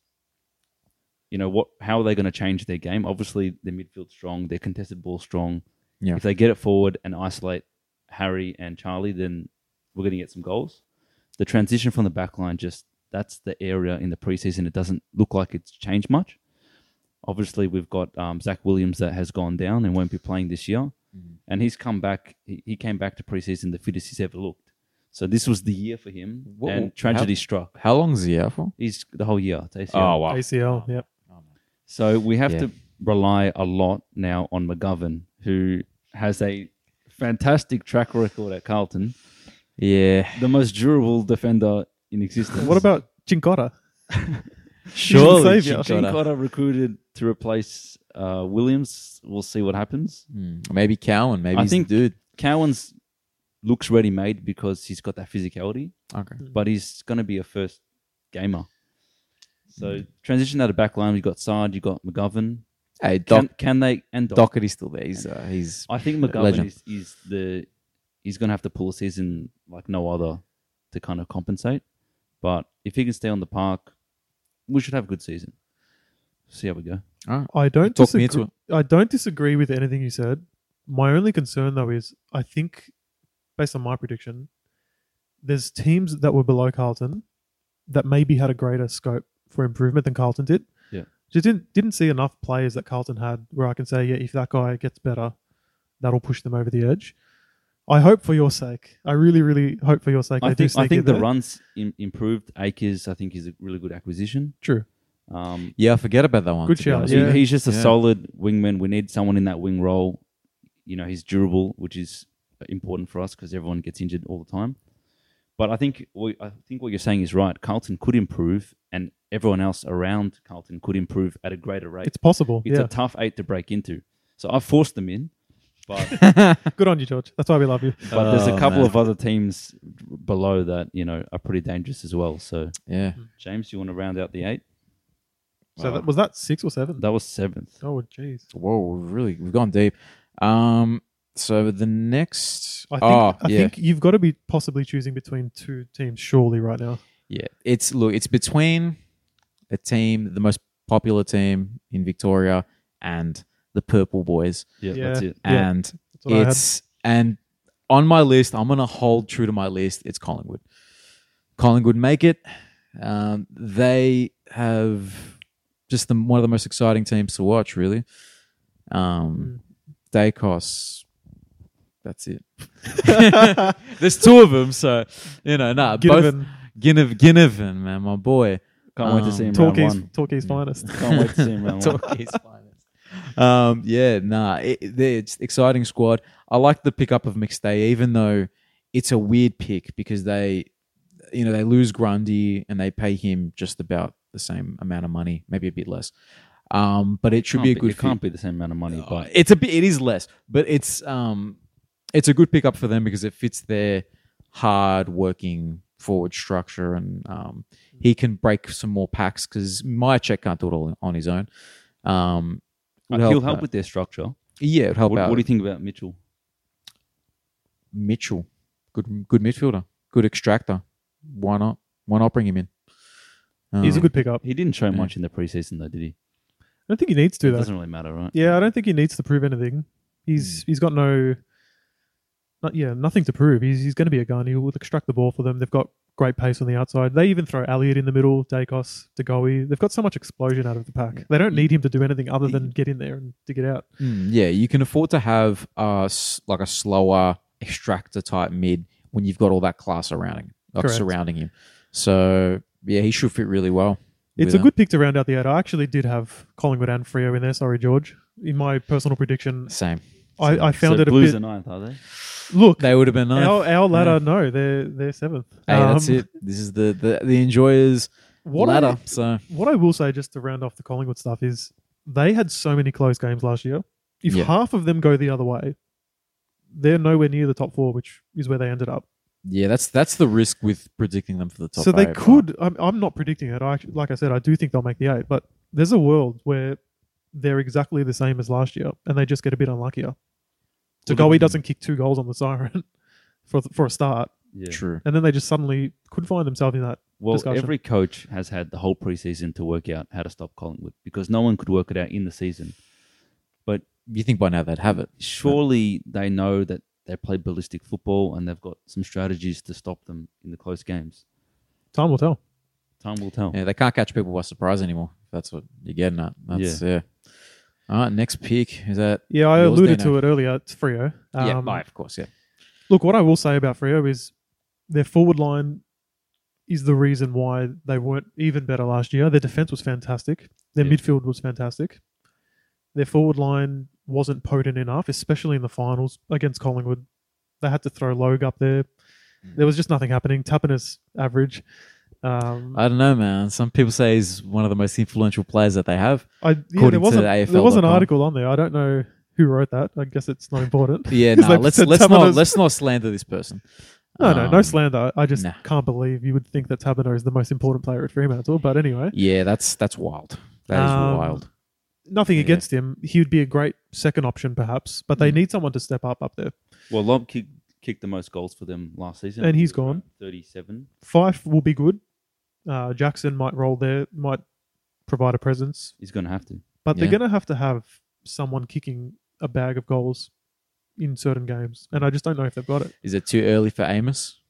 [SPEAKER 2] you know, what? How are they going to change their game? Obviously, their midfield strong, their contested ball strong.
[SPEAKER 3] Yeah.
[SPEAKER 2] If they get it forward and isolate Harry and Charlie, then we're going to get some goals. The transition from the back line just that's the area in the preseason. It doesn't look like it's changed much. Obviously, we've got um, Zach Williams that has gone down and won't be playing this year,
[SPEAKER 3] Mm-hmm.
[SPEAKER 2] and he's come back. He, he came back to preseason the fittest he's ever looked. So this was the year for him,
[SPEAKER 3] Wha- wha-
[SPEAKER 2] and tragedy struck.
[SPEAKER 3] how long's the year for?
[SPEAKER 2] He's the whole year. It's ACL.
[SPEAKER 3] Oh wow.
[SPEAKER 1] ACL. Yep.
[SPEAKER 2] So we have
[SPEAKER 3] Yeah.
[SPEAKER 2] to rely a lot now on McGovern, who has a fantastic track record at Carlton,
[SPEAKER 3] Yeah.
[SPEAKER 2] the most durable defender in existence.
[SPEAKER 1] What about Chincotta?
[SPEAKER 3] Surely.
[SPEAKER 1] saviour.
[SPEAKER 3] Jim Cotter.
[SPEAKER 2] Chincotta recruited to replace uh, Williams? We'll see what happens.
[SPEAKER 3] Hmm, Maybe Cowan. Maybe
[SPEAKER 2] I
[SPEAKER 3] he's the
[SPEAKER 2] think-
[SPEAKER 3] dude.
[SPEAKER 2] Cowan's looks ready made because he's got that physicality,
[SPEAKER 3] Okay.
[SPEAKER 1] Hmm.
[SPEAKER 2] but he's going to be a first gamer. So
[SPEAKER 3] Hmm.
[SPEAKER 2] transition out of back line, you've got Sard, you've got McGovern.
[SPEAKER 3] Hey, Doc,
[SPEAKER 2] Can, can they and Doc
[SPEAKER 3] Doherty's still there. He's uh, he's
[SPEAKER 2] I think McGovern
[SPEAKER 3] Legend.
[SPEAKER 2] is, is the he's gonna have to pull a season like no other to kind of compensate. But if he can stay on the park, we should have a good season. See how we go.
[SPEAKER 1] I don't
[SPEAKER 3] talked me
[SPEAKER 1] disagree-
[SPEAKER 3] into it.
[SPEAKER 1] I don't disagree with anything you said. My only concern though is I think based on my prediction, there's teams that were below Carlton that maybe had a greater scope for improvement than Carlton did.
[SPEAKER 2] Yeah.
[SPEAKER 1] Just didn't didn't see enough players that Carlton had where I can say, yeah, if that guy gets better, that'll push them over the edge. I hope for your sake. I really, really hope for your sake.
[SPEAKER 2] I
[SPEAKER 1] they do
[SPEAKER 2] think I
[SPEAKER 1] sneak in
[SPEAKER 2] think the
[SPEAKER 1] there.
[SPEAKER 2] runs Im- improved. Akers I think is a really good acquisition.
[SPEAKER 1] True.
[SPEAKER 2] Um,
[SPEAKER 3] yeah. I forget about that one.
[SPEAKER 1] Good
[SPEAKER 3] to be
[SPEAKER 1] shout,
[SPEAKER 3] honest.
[SPEAKER 2] he-
[SPEAKER 1] yeah.
[SPEAKER 2] he's just a
[SPEAKER 3] Yeah.
[SPEAKER 2] solid wingman. We need someone in that wing role. You know, he's durable, which is important for us because everyone gets injured all the time. But I think we, I think what you're saying is right. Carlton could improve, and everyone else around Carlton could improve at a greater rate.
[SPEAKER 1] It's possible.
[SPEAKER 2] It's
[SPEAKER 1] yeah.
[SPEAKER 2] a tough eight to break into. So I forced them in, but,
[SPEAKER 1] Good on you, George. That's why we love you.
[SPEAKER 2] but there's a
[SPEAKER 3] Oh,
[SPEAKER 2] couple
[SPEAKER 3] man.
[SPEAKER 2] of other teams below that you know are pretty dangerous as well. So
[SPEAKER 3] Yeah.
[SPEAKER 2] James, you want to round out the eight?
[SPEAKER 1] So
[SPEAKER 3] Wow.
[SPEAKER 2] uh,
[SPEAKER 1] that, was that six or seven?
[SPEAKER 2] That was seventh.
[SPEAKER 1] Oh, jeez.
[SPEAKER 3] Whoa, we've really, we've gone deep. Um, so the next,
[SPEAKER 1] I think,
[SPEAKER 2] Ah,
[SPEAKER 3] oh,
[SPEAKER 1] I
[SPEAKER 3] yeah,
[SPEAKER 1] think you've got to be possibly choosing between two teams, surely, right now.
[SPEAKER 3] yeah. It's look, it's between a team, the most popular team in Victoria, and the Purple Boys,
[SPEAKER 2] Yeah,
[SPEAKER 1] Yeah.
[SPEAKER 2] that's it.
[SPEAKER 1] Yeah,
[SPEAKER 3] and
[SPEAKER 1] That's what
[SPEAKER 3] it's and on my list, I'm gonna hold true to my list. It's Collingwood. Collingwood make it. Um, they have just the one of the most exciting teams to watch, really. Um,
[SPEAKER 1] Hmm.
[SPEAKER 3] Dacos. That's it. There's two of them, so you know, nah,
[SPEAKER 1] I had. Given
[SPEAKER 3] both Ginniv Ginnivan, man, my boy.
[SPEAKER 2] Can't wait to
[SPEAKER 3] Um,
[SPEAKER 2] see him round
[SPEAKER 1] Torquay's,
[SPEAKER 2] one.
[SPEAKER 1] Torquay's finest.
[SPEAKER 2] Can't wait to see him round one.
[SPEAKER 3] Torquay's finest. Um, yeah, nah, it, it- they're- it's exciting squad. I like the pickup of McStay, even though it's a weird pick because they, you know, they lose Grundy and they pay him just about the same amount of money, maybe a bit less. Um, but it should
[SPEAKER 2] Can't
[SPEAKER 3] be a good
[SPEAKER 2] It
[SPEAKER 3] fit.
[SPEAKER 2] can't be the same amount of money, but
[SPEAKER 3] It's a bit, it is less, but it's um, it's a good pickup for them because it fits their hard working forward structure, and um, he can break some more packs because Myercheck can't do it all on his own. Um, would
[SPEAKER 2] he'll help
[SPEAKER 3] that.
[SPEAKER 2] with their structure.
[SPEAKER 3] yeah, it would help
[SPEAKER 2] What,
[SPEAKER 3] out.
[SPEAKER 2] what do you think about Mitchell?
[SPEAKER 3] Mitchell, good good midfielder, good extractor. Why not? Why not bring him in? Um,
[SPEAKER 1] He's a good pickup. I
[SPEAKER 2] He didn't show much in the preseason, though, did he?
[SPEAKER 1] don't think he needs to
[SPEAKER 2] It
[SPEAKER 1] though.
[SPEAKER 2] doesn't really matter, Hmm. right?
[SPEAKER 1] Yeah, I don't think he needs to prove anything. He's he's got no, not, yeah, nothing to prove. He's he's going to be a gun. He will extract the ball for them. They've got great pace on the outside. They even throw Elliott in the middle, Dacos, Degoe. They've got so much explosion out of the pack. They don't need him to do anything other than get in there and dig it out.
[SPEAKER 3] Mm, yeah, you can afford to have uh s- like a slower extractor type mid when you've got all that class surrounding like
[SPEAKER 1] Correct.
[SPEAKER 3] surrounding him. So yeah, he should fit really well.
[SPEAKER 1] It's
[SPEAKER 3] with
[SPEAKER 1] a
[SPEAKER 3] them.
[SPEAKER 1] good pick to round out the out. I actually did have Collingwood and Frio in there. Sorry, George. In my personal prediction,
[SPEAKER 3] same.
[SPEAKER 1] I, I found
[SPEAKER 2] so
[SPEAKER 1] it a
[SPEAKER 2] Blues
[SPEAKER 1] bit.
[SPEAKER 2] are ninth, are they?
[SPEAKER 1] Look,
[SPEAKER 3] They would have been nice.
[SPEAKER 1] our, our ladder, no, they're they're seventh.
[SPEAKER 3] hey, that's
[SPEAKER 1] Oh, Um,
[SPEAKER 3] it. This is the the, the enjoyers
[SPEAKER 1] What
[SPEAKER 3] ladder.
[SPEAKER 1] I-
[SPEAKER 3] so
[SPEAKER 1] what I will say just to round off the Collingwood stuff is they had so many close games last year. If
[SPEAKER 3] Yeah.
[SPEAKER 1] half of them go the other way, they're nowhere near the top four, which is where they ended up.
[SPEAKER 3] yeah, that's that's the risk with predicting them for the top.
[SPEAKER 1] so they
[SPEAKER 3] eight,
[SPEAKER 1] could. I'm, I'm not predicting it. I actually, like I said, I do think they'll make the eight, but there's a world where they're exactly the same as last year, and they just get a bit unluckier. So
[SPEAKER 2] Well,
[SPEAKER 1] Goey
[SPEAKER 2] the-
[SPEAKER 1] doesn't kick two goals on the siren for for a start,
[SPEAKER 2] Yeah.
[SPEAKER 3] but True.
[SPEAKER 1] and then they just suddenly could find themselves in that.
[SPEAKER 2] Well,
[SPEAKER 1] discussion.
[SPEAKER 2] every coach has had the whole preseason to work out how to stop Collingwood because no one could work it out in the season.
[SPEAKER 3] You think by now they'd have it?
[SPEAKER 2] Surely they know that they play ballistic football and they've got some strategies to stop them in the close games.
[SPEAKER 1] Time will tell.
[SPEAKER 2] Time will tell.
[SPEAKER 3] Yeah, they can't catch people by surprise anymore. If that's what you're getting at. That's yeah. All right, next pick is that.
[SPEAKER 1] Yeah, I
[SPEAKER 3] Yours,
[SPEAKER 1] alluded
[SPEAKER 3] Dino?
[SPEAKER 1] to it earlier. It's Frio.
[SPEAKER 3] yeah,
[SPEAKER 1] Um,
[SPEAKER 3] bye, of course. Yeah,
[SPEAKER 1] Look, what I will say about Frio is their forward line is the reason why they weren't even better last year. Their defense was fantastic. Their
[SPEAKER 2] Yeah.
[SPEAKER 1] midfield was fantastic. Their forward line wasn't potent enough, especially in the finals against Collingwood. They had to throw Logue up there.
[SPEAKER 3] Mm.
[SPEAKER 1] There was just nothing happening. Tappinus average. Um,
[SPEAKER 3] I don't know, man. Some people say he's one of the most influential players that they have.
[SPEAKER 1] I, yeah,
[SPEAKER 3] according
[SPEAKER 1] there
[SPEAKER 3] to
[SPEAKER 1] wasn't
[SPEAKER 3] the
[SPEAKER 1] there was an
[SPEAKER 3] AFL.com.
[SPEAKER 1] article on there. I don't know who wrote that. I guess it's not important.
[SPEAKER 3] Yeah,
[SPEAKER 1] 'Cause
[SPEAKER 3] no,
[SPEAKER 1] they
[SPEAKER 3] let's
[SPEAKER 1] said
[SPEAKER 3] let's not
[SPEAKER 1] Taberna's-
[SPEAKER 3] let's not slander this person.
[SPEAKER 1] No, no, no
[SPEAKER 3] Um,
[SPEAKER 1] slander. I just
[SPEAKER 3] nah.
[SPEAKER 1] can't believe you would think that Tabano is the most important player at Fremantle. But anyway,
[SPEAKER 3] Yeah, that's that's wild. That is
[SPEAKER 1] Um,
[SPEAKER 3] wild.
[SPEAKER 1] nothing
[SPEAKER 3] Yeah. Mm.
[SPEAKER 1] against him. He would be a great second option, perhaps. But they need someone to step up up there.
[SPEAKER 2] Well, Lob kicked, kicked the most goals for them last season.
[SPEAKER 1] And he's gone.
[SPEAKER 2] 37.
[SPEAKER 1] Fife will be good. Uh, Jackson might roll there, might provide a presence.
[SPEAKER 2] He's going to have to.
[SPEAKER 1] But they're
[SPEAKER 3] Yeah.
[SPEAKER 1] going to have to have someone kicking a bag of goals in certain games, and I just don't know if they've got it.
[SPEAKER 3] Is it too early for Amos?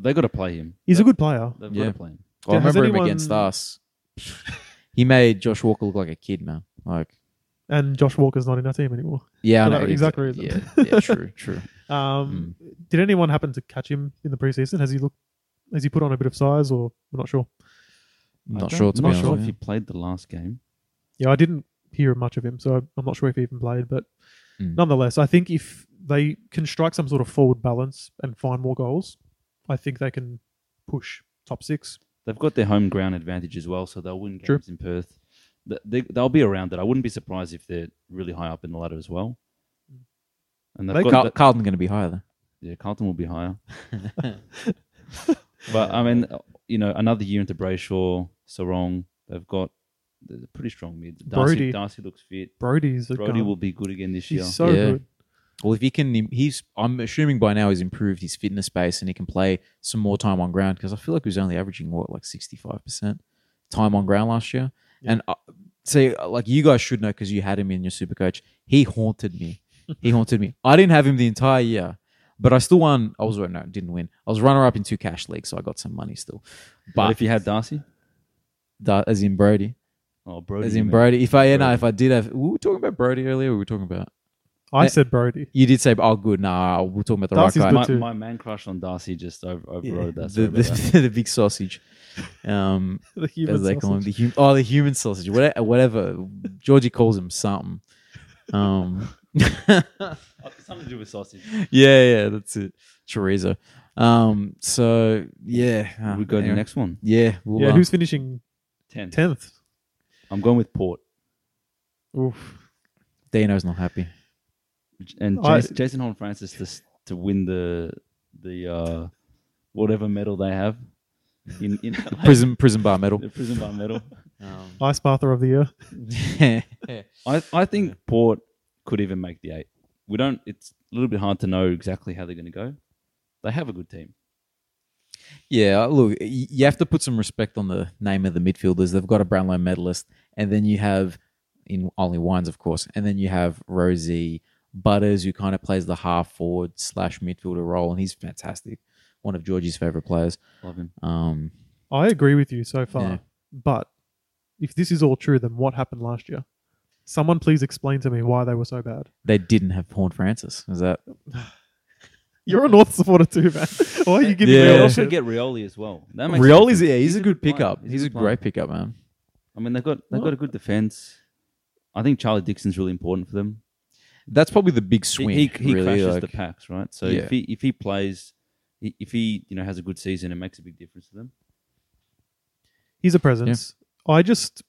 [SPEAKER 2] They got to play him.
[SPEAKER 1] He's a good player.
[SPEAKER 2] They've
[SPEAKER 3] Yeah.
[SPEAKER 2] got to play him.
[SPEAKER 3] I
[SPEAKER 1] Has
[SPEAKER 3] remember him
[SPEAKER 1] anyone-
[SPEAKER 3] against us. he made Josh Walker look like a kid, man. Like,
[SPEAKER 1] And Josh Walker's not in our team anymore.
[SPEAKER 3] yeah, I
[SPEAKER 1] For
[SPEAKER 3] know
[SPEAKER 1] that
[SPEAKER 3] exa-
[SPEAKER 1] exact reason.
[SPEAKER 3] Yeah, yeah, true, true.
[SPEAKER 1] Um,
[SPEAKER 3] Hmm.
[SPEAKER 1] Did anyone happen to catch him in the preseason? Has he looked? Has he put on a bit of size, or we're not sure?
[SPEAKER 3] I'm
[SPEAKER 2] I
[SPEAKER 3] not
[SPEAKER 2] don't-
[SPEAKER 3] sure. To
[SPEAKER 2] not
[SPEAKER 3] be
[SPEAKER 2] sure if
[SPEAKER 3] honest,
[SPEAKER 2] he played the last game.
[SPEAKER 1] Yeah, I didn't hear much of him, so I'm not sure if he even played. But
[SPEAKER 3] Mm.
[SPEAKER 1] nonetheless, I think if they can strike some sort of forward balance and find more goals, I think they can push top six.
[SPEAKER 2] They've got their home ground advantage as well, so they'll win games
[SPEAKER 1] True.
[SPEAKER 2] in Perth. Th- They, they'll be around it. I wouldn't be surprised if they're really high up in the ladder as well. And they've
[SPEAKER 1] They
[SPEAKER 3] yeah.
[SPEAKER 2] got
[SPEAKER 3] Carl-
[SPEAKER 2] the-
[SPEAKER 3] Carlton going to be higher though.
[SPEAKER 2] yeah, Carlton will be higher. but I mean, you know, another year into Brayshaw, Sarong, they've got they're pretty strong mids.
[SPEAKER 1] Brody.
[SPEAKER 2] Darcy, Darcy looks fit.
[SPEAKER 1] Brody's a
[SPEAKER 2] Brody
[SPEAKER 1] gun.
[SPEAKER 2] will be good again this
[SPEAKER 1] He's
[SPEAKER 2] year.
[SPEAKER 1] so
[SPEAKER 3] Yeah.
[SPEAKER 1] good.
[SPEAKER 3] Well, if he can, he's. I'm assuming by now he's improved his fitness base and he can play some more time on ground because I feel like he was only averaging what like 65 percent time on ground last year.
[SPEAKER 1] Yeah.
[SPEAKER 3] And uh, see, like you guys should know because you had him in your super coach. He haunted me. he haunted me. I didn't have him the entire year, but I still won. I was no, didn't win. I was runner up in two cash leagues, so I got some money still.
[SPEAKER 2] but
[SPEAKER 3] But
[SPEAKER 2] if you had Darcy,
[SPEAKER 3] that, as in Brody,
[SPEAKER 2] oh Brody,
[SPEAKER 3] as
[SPEAKER 2] you
[SPEAKER 3] in
[SPEAKER 2] mean.
[SPEAKER 3] Brody, if I yeah, no,
[SPEAKER 2] Brody.
[SPEAKER 3] if I did have, we were talking about Brody earlier. We were talking about
[SPEAKER 1] I
[SPEAKER 3] Eh,
[SPEAKER 1] said Brody.
[SPEAKER 3] You did say, "Oh, good." Nah, we're talking about the
[SPEAKER 1] Darcy's
[SPEAKER 3] right guy.
[SPEAKER 2] My,
[SPEAKER 1] too.
[SPEAKER 2] my man crush on Darcy just over, overrode that.
[SPEAKER 3] the,
[SPEAKER 2] Sorry about that.
[SPEAKER 3] the, the big sausage. Um,
[SPEAKER 1] The
[SPEAKER 3] as
[SPEAKER 1] human
[SPEAKER 3] they call him,
[SPEAKER 1] sausage.
[SPEAKER 3] the hum- oh, the human sausage, whatever. whatever. Georgie calls him something. Um, yeah,
[SPEAKER 2] Oh, something to do with sausage.
[SPEAKER 3] yeah, that's it. Chorizo. Um, so yeah, uh,
[SPEAKER 2] we go to the
[SPEAKER 3] anyway.
[SPEAKER 2] next one.
[SPEAKER 3] Yeah, we'll,
[SPEAKER 1] Yeah,
[SPEAKER 3] uh,
[SPEAKER 1] who's finishing
[SPEAKER 2] 10.
[SPEAKER 1] 10th?
[SPEAKER 2] I'm going with Port.
[SPEAKER 1] Oof.
[SPEAKER 3] Dano's not happy.
[SPEAKER 2] And
[SPEAKER 1] I-
[SPEAKER 2] Jason, Jason Horn Francis to, s- to win the the uh, whatever medal they have in, in like,
[SPEAKER 3] Prison, prison bar medal.
[SPEAKER 2] the prison bar medal.
[SPEAKER 3] Um,
[SPEAKER 1] Ice Bather of the Year.
[SPEAKER 2] I, I think Port could even make the eight. We don't. It's a little bit hard to know exactly how they're going to go. They have a good team.
[SPEAKER 3] Yeah, uh, look, y- you have to put some respect on the name of the midfielders. They've got a Brownlow medalist, and then you have, in only wines, of course, and then you have Rosie Butters, who kind of plays the half forward slash midfielder role, and he's fantastic. One of Georgie's favorite players.
[SPEAKER 2] Love him.
[SPEAKER 3] Um,
[SPEAKER 1] I agree with you so far.
[SPEAKER 3] Yeah.
[SPEAKER 1] But if this is all true, then what happened last year? Someone please explain to me why they were so bad.
[SPEAKER 3] they didn't have Horn Francis. Is that?
[SPEAKER 1] You're a North supporter too, man. Why are you giving
[SPEAKER 3] Yeah.
[SPEAKER 1] me
[SPEAKER 2] They
[SPEAKER 1] all
[SPEAKER 2] also
[SPEAKER 1] shit?
[SPEAKER 2] get Rioli as well. That makes a
[SPEAKER 3] Rioli's,
[SPEAKER 2] difference.
[SPEAKER 3] yeah, he's, a good
[SPEAKER 2] player.
[SPEAKER 3] pickup. He's, a
[SPEAKER 2] player.
[SPEAKER 3] great pickup, man.
[SPEAKER 2] I mean, they've got they've got a good defense. I think Charlie Dixon's really important for them.
[SPEAKER 3] That's probably the big
[SPEAKER 2] He-
[SPEAKER 3] swing.
[SPEAKER 2] he he
[SPEAKER 3] really,
[SPEAKER 2] crashes
[SPEAKER 3] like-
[SPEAKER 2] the packs, right? So
[SPEAKER 3] Yeah.
[SPEAKER 2] if he if he plays, i- if he you know has a good season, it makes a big difference to them.
[SPEAKER 1] He's a presence. I just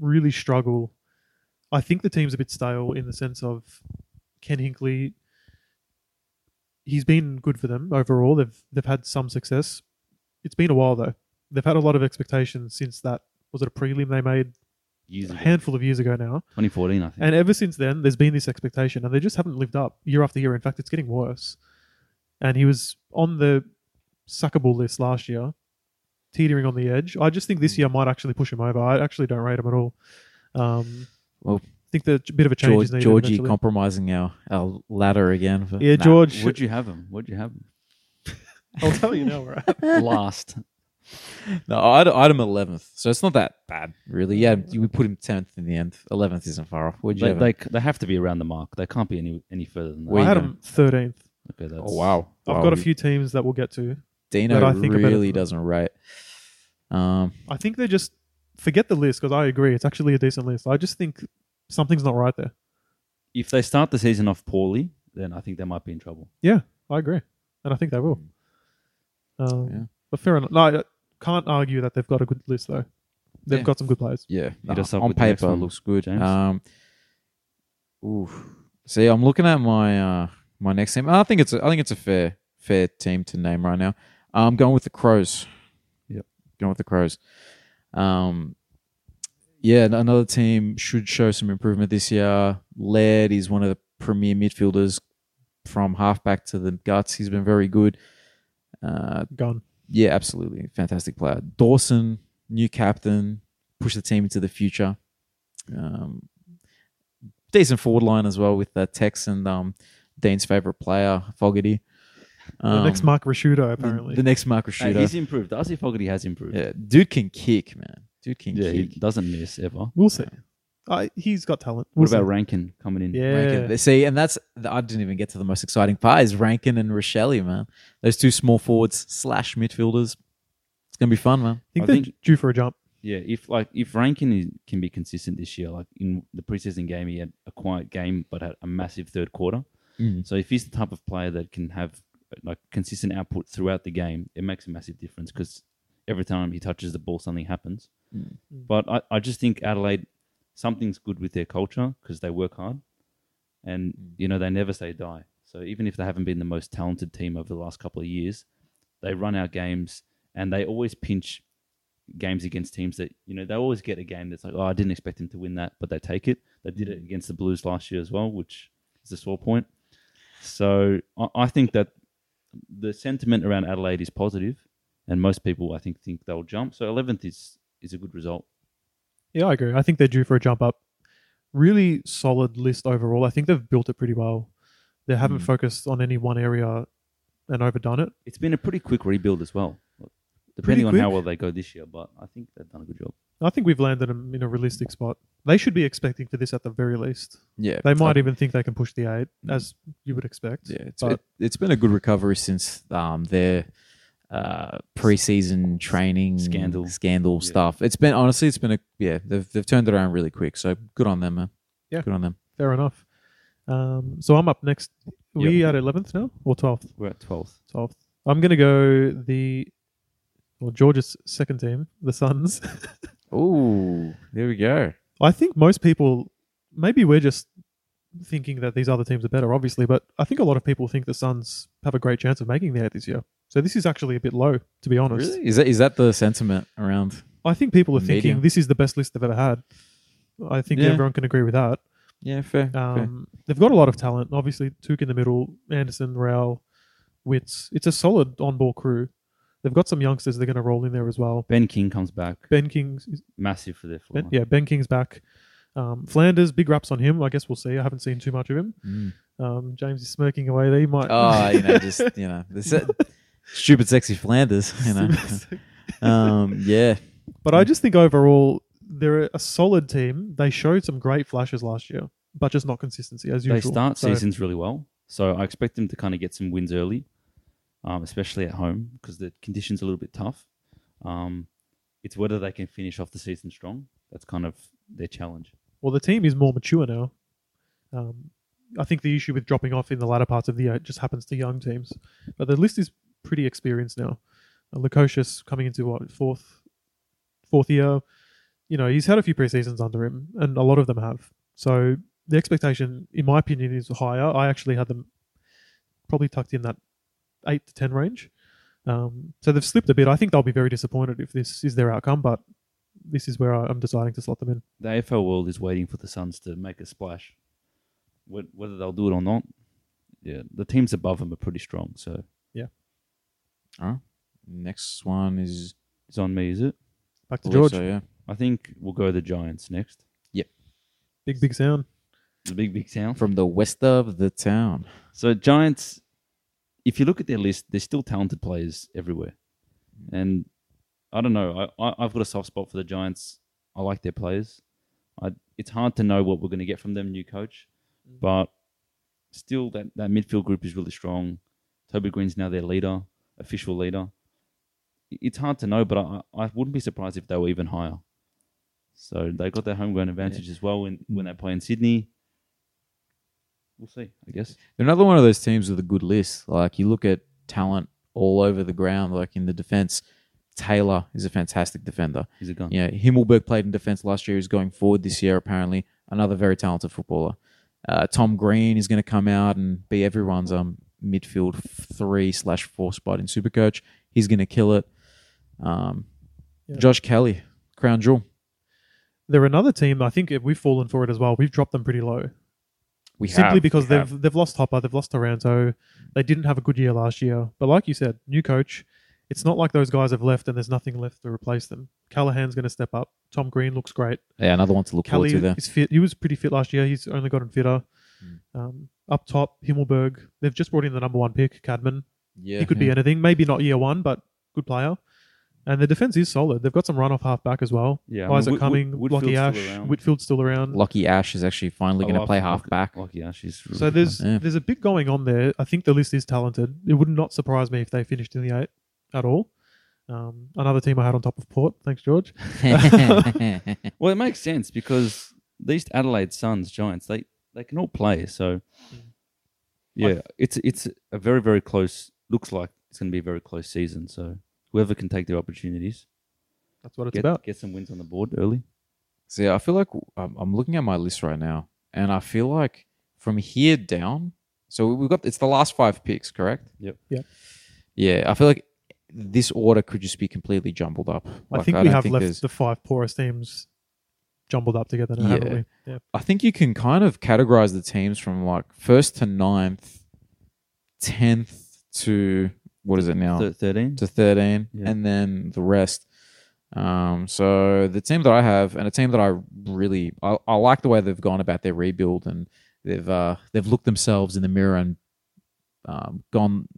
[SPEAKER 1] really struggle. I think the team's a bit stale in the sense of Ken Hinkley. He's been good for them overall. They've they've had some success. It's been a while though. They've had a lot of expectations since that was it a prelim they made
[SPEAKER 2] Years
[SPEAKER 1] a
[SPEAKER 2] ago,
[SPEAKER 1] handful of years ago now.
[SPEAKER 2] 2014, I think.
[SPEAKER 1] And ever since then, there's been this expectation, and they just haven't lived up year after year. In fact, it's getting worse. And he was on the suckable list last year, teetering on the edge. I just think
[SPEAKER 3] Hmm.
[SPEAKER 1] this year might actually push him over. I actually don't rate him at all. Um,
[SPEAKER 3] Well,
[SPEAKER 1] I think that a bit of a change
[SPEAKER 3] George,
[SPEAKER 1] is needed.
[SPEAKER 3] Georgie
[SPEAKER 1] eventually.
[SPEAKER 3] compromising our, our ladder again. For,
[SPEAKER 1] yeah,
[SPEAKER 3] Nah.
[SPEAKER 1] George.
[SPEAKER 2] Would you have him? Would you have him?
[SPEAKER 1] I'll tell you now, right?
[SPEAKER 2] last?
[SPEAKER 3] No, I'd, I'd him eleventh, so it's not that bad, really. Yeah, you would put him tenth in the end. Eleventh isn't far off. Would you?
[SPEAKER 2] They,
[SPEAKER 3] have him?
[SPEAKER 2] they they have to be around the mark. They can't be any any further than that.
[SPEAKER 1] I
[SPEAKER 3] Wait.
[SPEAKER 1] had
[SPEAKER 3] yeah.
[SPEAKER 1] him 13th.
[SPEAKER 2] Okay, that's,
[SPEAKER 3] oh wow,
[SPEAKER 1] I've
[SPEAKER 3] Wow,
[SPEAKER 1] got a
[SPEAKER 3] you-
[SPEAKER 1] few teams that we'll get to.
[SPEAKER 3] Dino
[SPEAKER 1] that I think are better
[SPEAKER 3] really
[SPEAKER 1] than-
[SPEAKER 3] doesn't rate. Um,
[SPEAKER 1] I think they just forget the list because I agree. It's actually a decent list. I just think something's not right there.
[SPEAKER 2] If they start the season off poorly, then I think they might be in trouble.
[SPEAKER 1] Yeah, I agree, and I think they will. Um,
[SPEAKER 3] Hmm. Yeah.
[SPEAKER 1] But fair enough. No, I can't argue that they've got a good list though. They've
[SPEAKER 3] Yeah.
[SPEAKER 1] got some good players.
[SPEAKER 3] yeah,
[SPEAKER 2] Hit
[SPEAKER 3] nah,
[SPEAKER 2] us up
[SPEAKER 3] on
[SPEAKER 2] with the next
[SPEAKER 3] paper
[SPEAKER 2] one,
[SPEAKER 3] looks good.
[SPEAKER 2] James.
[SPEAKER 3] Um, oof. see, I'm looking at my uh, my next team. I think it's a, I think it's a fair fair team to name right now. Uh, I'm going with the Crows.
[SPEAKER 2] Yep.
[SPEAKER 3] going with the Crows. Um, yeah, and another team should show some improvement this year. Laird is one of the premier midfielders from halfback to the guts. He's been very good. Uh,
[SPEAKER 1] Gone.
[SPEAKER 3] yeah, absolutely. Fantastic player. Dawson, new captain, push the team into the future. Um, decent forward line as well with uh, Tex and um, Dean's favorite player, Fogarty.
[SPEAKER 1] the next Mark Rashudo apparently.
[SPEAKER 3] Um, The, the next Mark
[SPEAKER 2] Hey,
[SPEAKER 3] Rashuda.
[SPEAKER 2] he's improved. Darcy Fogarty has improved.
[SPEAKER 3] yeah, dude can kick, man. Dude can
[SPEAKER 2] Yeah, he
[SPEAKER 3] kick.
[SPEAKER 2] doesn't miss ever.
[SPEAKER 1] we'll see. I, he's got talent. We'll
[SPEAKER 2] What about
[SPEAKER 1] see.
[SPEAKER 2] Rankin coming in?
[SPEAKER 1] Yeah.
[SPEAKER 3] Rankin. They See, and that's I didn't even get to the most exciting part is Rankin and Rochelle, man. Those two small forwards slash midfielders. It's gonna be fun, man.
[SPEAKER 1] I think
[SPEAKER 2] I
[SPEAKER 1] they're
[SPEAKER 2] think-
[SPEAKER 1] due for a jump.
[SPEAKER 2] Yeah, if like if Rankin is, can be consistent this year, like in the preseason game, he had a quiet game but had a massive third quarter.
[SPEAKER 3] Mm.
[SPEAKER 2] So if he's the type of player that can have like consistent output throughout the game, it makes a massive difference because every time he touches the ball, something happens.
[SPEAKER 3] Mm.
[SPEAKER 2] But I, I just think Adelaide, something's good with their culture because they work hard, and
[SPEAKER 3] Mm.
[SPEAKER 2] you know they never say die. So even if they haven't been the most talented team over the last couple of years, they run our games and they always pinch games against teams that you know they always get a game that's like oh I didn't expect them to win that but they take it they did
[SPEAKER 1] Mm.
[SPEAKER 2] it against the Blues last year as well which is a sore point so I, I think that the sentiment around Adelaide is positive and most people I think think they'll jump so 11th is is a good result
[SPEAKER 1] Yeah, I agree. I think they're due for a jump up. Really solid list overall. I think they've built it pretty well. They haven't
[SPEAKER 3] Hmm.
[SPEAKER 2] Mm.
[SPEAKER 1] focused on any one area and overdone it.
[SPEAKER 2] it's been a pretty quick rebuild as well
[SPEAKER 1] Pretty
[SPEAKER 2] depending on how
[SPEAKER 1] quick.
[SPEAKER 2] well they go this year but I think they've done a good job
[SPEAKER 1] I think we've landed them in a realistic spot. They should be expecting for this at the very least.
[SPEAKER 3] Yeah,
[SPEAKER 1] They might even think they can push the eight, as you would expect.
[SPEAKER 3] Um, mm, Yeah, it's,
[SPEAKER 1] but-
[SPEAKER 3] it, it's been a good recovery since um, their uh, preseason training
[SPEAKER 2] Scandal.
[SPEAKER 3] scandal
[SPEAKER 2] Yeah.
[SPEAKER 3] stuff. It's been honestly, it's been a yeah. They've they've turned it around really quick. So good on them, man.
[SPEAKER 1] Yeah.
[SPEAKER 3] good on them.
[SPEAKER 1] Fair enough. Um, so I'm up next. Are We at 11th now or 12th?
[SPEAKER 2] We're at 12th.
[SPEAKER 1] 12th. I'm going to go the, well, Georgia's second team, the Suns.
[SPEAKER 3] Ooh, there we go.
[SPEAKER 1] I think most people, maybe we're just thinking that these other teams are better, obviously, but I think a lot of people think the Suns have a great chance of making the eight this year. So this is actually a bit low, to be honest.
[SPEAKER 3] Really? Is that is that the sentiment around?
[SPEAKER 1] I think people are thinking
[SPEAKER 3] Medium.
[SPEAKER 1] this is the best list they've ever had. I think
[SPEAKER 3] Yeah.
[SPEAKER 1] everyone can agree with that.
[SPEAKER 3] Yeah, fair. fair.
[SPEAKER 1] Um, They've got a lot of talent. Obviously, Took in the middle, Anderson, Rao, Witz. It's a solid on-ball crew. They've got some youngsters they're going to roll in there as well.
[SPEAKER 2] Ben King comes back.
[SPEAKER 1] Ben King's, is-
[SPEAKER 2] Massive for their floor.
[SPEAKER 1] ben, yeah, Ben King's back. Um, Flanders, big raps on him. I guess we'll see. I haven't seen too much of him.
[SPEAKER 3] Mm.
[SPEAKER 1] Um, James is smirking away. They might.
[SPEAKER 3] Oh, you know, just you know, this stupid sexy Flanders. You know, um, yeah,
[SPEAKER 1] but I just think overall they're a solid team. They showed some great flashes last year, but just not consistency as
[SPEAKER 2] They
[SPEAKER 1] usual.
[SPEAKER 2] start
[SPEAKER 1] So,
[SPEAKER 2] seasons really well. So I expect them to kind of get some wins early, um, especially at home because the conditions are a little bit tough. Um, it's whether they can finish off the season strong. That's kind of their challenge.
[SPEAKER 1] Well, the team is more mature now. Um, I think the issue with dropping off in the latter parts of the year it just happens to young teams, but the list is pretty experienced now. Uh, Lukosius coming into what fourth, fourth year. You know, he's had a few preseasons under him, and a lot of them have. So the expectation, in my opinion, is higher. I actually had them probably tucked in that eight to ten range. Um, so they've slipped a bit. I think they'll be very disappointed if this is their outcome, but this is where I- I'm deciding to slot them in.
[SPEAKER 2] The AFL world is waiting for the Suns to make a splash. Wh- Whether they'll do it or not, yeah, the teams above them are pretty strong. So
[SPEAKER 3] next one is
[SPEAKER 2] it's on me, is it?
[SPEAKER 1] Back to George.
[SPEAKER 3] believe so, yeah,
[SPEAKER 2] I think we'll go the Giants next.
[SPEAKER 1] Big big sound.
[SPEAKER 2] The big, big town.
[SPEAKER 3] from the west of the town.
[SPEAKER 2] So Giants, if you look at their list, they're still talented players everywhere, and I don't know. I, I I've got a soft spot for the Giants. I like their players. I, it's hard to know what we're going to get from them, new coach, but still that that midfield group is really strong. Toby Green's now their leader, official leader. I- It's hard to know, but I I wouldn't be surprised if they were even higher. So they got their homegrown advantage as well when, when they play in Sydney. We'll see, I guess.
[SPEAKER 3] They're another one of those teams with a good list. Like you look at talent all over the ground, like in the defense. Taylor is a fantastic defender.
[SPEAKER 2] He's a gun.
[SPEAKER 3] Yeah, Himmelberg played in defense last year. He's going forward this year, apparently. Another very talented footballer. Uh, Tom Green is going to come out and be everyone's um, midfield f- three slash four spot in Supercoach. He's going to kill it. Um,
[SPEAKER 1] Yeah.
[SPEAKER 3] Josh Kelly, crown jewel.
[SPEAKER 1] They're another team. I think if we've fallen for it as well. We've dropped them pretty low
[SPEAKER 3] We
[SPEAKER 1] simply
[SPEAKER 3] have-
[SPEAKER 1] because
[SPEAKER 3] we
[SPEAKER 1] they've
[SPEAKER 3] have.
[SPEAKER 1] they've lost Hopper, they've lost Taranto. They didn't have a good year last year. But like you said, new coach. It's not like those guys have left and there's nothing left to replace them. Callahan's going to step up. Tom Green looks great.
[SPEAKER 3] yeah another one to look
[SPEAKER 1] Kelly
[SPEAKER 3] forward to there.
[SPEAKER 1] is fit. He was pretty fit last year. He's only gotten fitter.
[SPEAKER 3] Hmm.
[SPEAKER 1] Um, up top, Himmelberg. They've just brought in the number one pick, Cadman.
[SPEAKER 3] Yeah,
[SPEAKER 1] he could be anything. Maybe not year one, but good player. And the defense is solid. They've got some run off half back as well.
[SPEAKER 2] Yeah, I mean,
[SPEAKER 1] Isaac
[SPEAKER 2] Whit-
[SPEAKER 1] Cumming,
[SPEAKER 2] Whit-
[SPEAKER 1] Lockie
[SPEAKER 2] Whitfield's
[SPEAKER 1] Ash,
[SPEAKER 2] still around.
[SPEAKER 1] Whitfield's still around.
[SPEAKER 3] Lucky Ash is actually finally going to play half back.
[SPEAKER 2] Like, yeah, she's really
[SPEAKER 1] so
[SPEAKER 2] good.
[SPEAKER 1] there's
[SPEAKER 3] Yeah.
[SPEAKER 1] there's a bit going on there. I think the list is talented. It would not surprise me if they finished in the eight at all. Um, another team I had on top of Port. Thanks, George.
[SPEAKER 2] well, it makes sense because these Adelaide Suns Giants they they can all play.
[SPEAKER 1] Mm.
[SPEAKER 2] So yeah, it's it's a very very close. Looks like it's going to be a very close season. So whoever can take their opportunities,
[SPEAKER 1] That's what it's
[SPEAKER 2] get
[SPEAKER 1] about.
[SPEAKER 2] get some wins on the board early.
[SPEAKER 3] So yeah, I feel like I'm, I'm looking at my list right now, and I feel like from here down. So we've got it's the last five picks, correct?
[SPEAKER 2] Yep.
[SPEAKER 1] Yep.
[SPEAKER 3] Yeah, I feel like this order could just be completely jumbled up.
[SPEAKER 1] I think we
[SPEAKER 3] don't
[SPEAKER 1] have left
[SPEAKER 3] there's-
[SPEAKER 1] the five poorest teams jumbled up together now, haven't
[SPEAKER 3] Yeah.
[SPEAKER 1] we? Yeah.
[SPEAKER 3] I think you can kind of categorize the teams from like first to ninth, tenth to what is it now?
[SPEAKER 2] Thir- Thirteen.
[SPEAKER 3] to 13
[SPEAKER 2] Yeah.
[SPEAKER 3] and then the rest um, so the team that i have and a team that i really I, I like the way they've gone about their rebuild and they've uh, they've looked themselves in the mirror and um, gone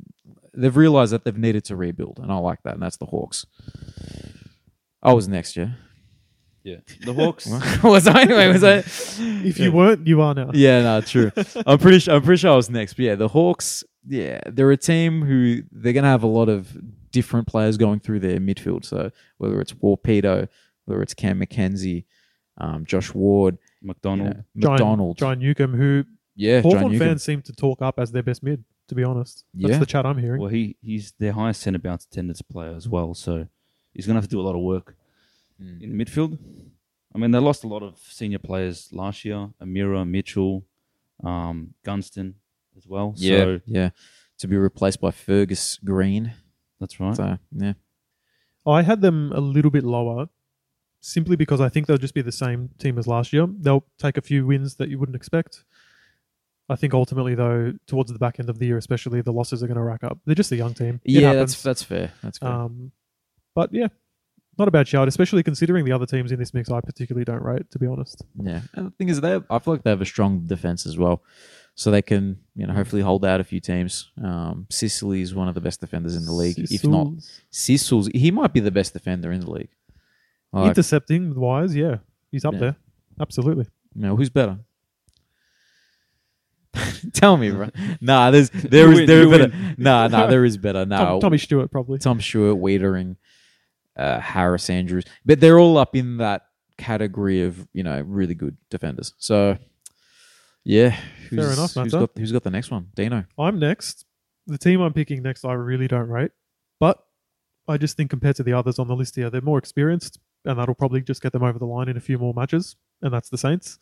[SPEAKER 3] they've realized that they've needed to rebuild and i like that and that's the hawks i was next yeah
[SPEAKER 2] Yeah, the Hawks.
[SPEAKER 3] was I anyway? Was I?
[SPEAKER 1] If you weren't, you are now.
[SPEAKER 3] Yeah, no, true. I'm pretty sure. I'm pretty sure I was next. But yeah, the Hawks. Yeah, they're a team who they're going to have a lot of different players going through their midfield. So whether it's Warpedo, whether it's Cam McKenzie, um, Josh Ward, you
[SPEAKER 2] McDonald.
[SPEAKER 3] know, McDonald,
[SPEAKER 1] John Newcomb, who
[SPEAKER 3] yeah, John
[SPEAKER 1] Hawthorn
[SPEAKER 3] Newcombe.
[SPEAKER 1] fans seem to talk up as their best mid, to be honest. That's
[SPEAKER 3] Yeah.
[SPEAKER 1] the chat I'm hearing.
[SPEAKER 2] Well, he he's their highest centre bounce attendance player as well, so he's gonna have to do a lot of work
[SPEAKER 3] Mm.
[SPEAKER 2] in the midfield. I mean, they lost a lot of senior players last year: Amira, Mitchell, um, Gunston as well.
[SPEAKER 3] Yeah,
[SPEAKER 2] so,
[SPEAKER 3] yeah, to be replaced by Fergus Green.
[SPEAKER 2] that's right.
[SPEAKER 3] So yeah,
[SPEAKER 1] I had them a little bit lower simply because I think they'll just be the same team as last year. They'll take a few wins that you wouldn't expect. I think ultimately, though, towards the back end of the year, especially, the losses are going to rack up. They're just a young team. It
[SPEAKER 3] yeah,
[SPEAKER 1] happens.
[SPEAKER 3] that's that's fair. That's fair.
[SPEAKER 1] Um, but yeah, not a bad shout, especially considering the other teams in this mix I particularly don't rate, to be honest.
[SPEAKER 3] Yeah, and the thing is, they have, I feel like they have a strong defense as well, so they can you know hopefully hold out a few teams. Um, Sicily is one of the best defenders in the league, if not
[SPEAKER 1] Sissons.
[SPEAKER 3] Sissel's. He might be the best defender in the league. Like,
[SPEAKER 1] intercepting wise, yeah, he's up
[SPEAKER 3] Yeah.
[SPEAKER 1] there. Absolutely.
[SPEAKER 3] you know, who's better? Tell me, bro. Nah, there's there
[SPEAKER 2] You
[SPEAKER 3] is
[SPEAKER 2] win,
[SPEAKER 3] there
[SPEAKER 2] you
[SPEAKER 3] is better. Nah, nah, there is better. Nah,
[SPEAKER 1] Tom, Tommy Stewart, probably.
[SPEAKER 3] Tom Stewart, Wiedering, uh, Harris, Andrews, but they're all up in that category of you know really good defenders. So yeah, who's,
[SPEAKER 1] enough,
[SPEAKER 3] who's
[SPEAKER 1] Matter.
[SPEAKER 3] got who's got the next one? Dino.
[SPEAKER 1] I'm next. The team I'm picking next, I really don't rate, but I just think compared to the others on the list here, they're more experienced, and that'll probably just get them over the line in a few more matches. And that's the Saints.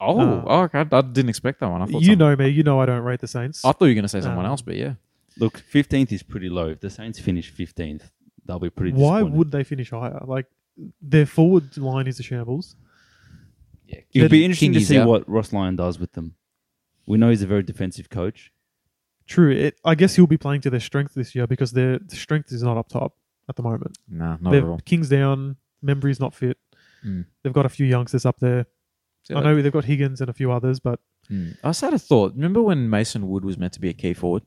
[SPEAKER 3] Oh,
[SPEAKER 1] Uh,
[SPEAKER 3] oh, okay. I, I didn't expect that one. I thought
[SPEAKER 1] You
[SPEAKER 3] some-
[SPEAKER 1] know me. You know I don't rate the Saints.
[SPEAKER 3] I thought you were gonna say someone
[SPEAKER 1] Um,
[SPEAKER 3] else, but yeah,
[SPEAKER 2] Look, fifteenth is pretty low. If the Saints finish fifteenth, they'll be pretty.
[SPEAKER 1] Why
[SPEAKER 2] disappointed.
[SPEAKER 1] would they finish higher? Like their forward line is a shambles.
[SPEAKER 2] Yeah, it'd
[SPEAKER 3] King-
[SPEAKER 2] be interesting
[SPEAKER 3] King
[SPEAKER 2] to
[SPEAKER 3] is
[SPEAKER 2] see
[SPEAKER 3] out.
[SPEAKER 2] what Ross Lyon does with them? We know he's a very defensive coach.
[SPEAKER 1] True. It, I guess he'll be playing to their strength this year because their strength is not up top at the moment.
[SPEAKER 3] nah, not
[SPEAKER 1] They're-
[SPEAKER 3] at all.
[SPEAKER 1] King's down. Membry's not fit.
[SPEAKER 3] Mm.
[SPEAKER 1] They've got a few youngsters up there.
[SPEAKER 3] Yeah.
[SPEAKER 1] I know they've got Higgins and a few others, but
[SPEAKER 3] Hmm. I just had a thought. Remember when Mason Wood was meant to be a key forward?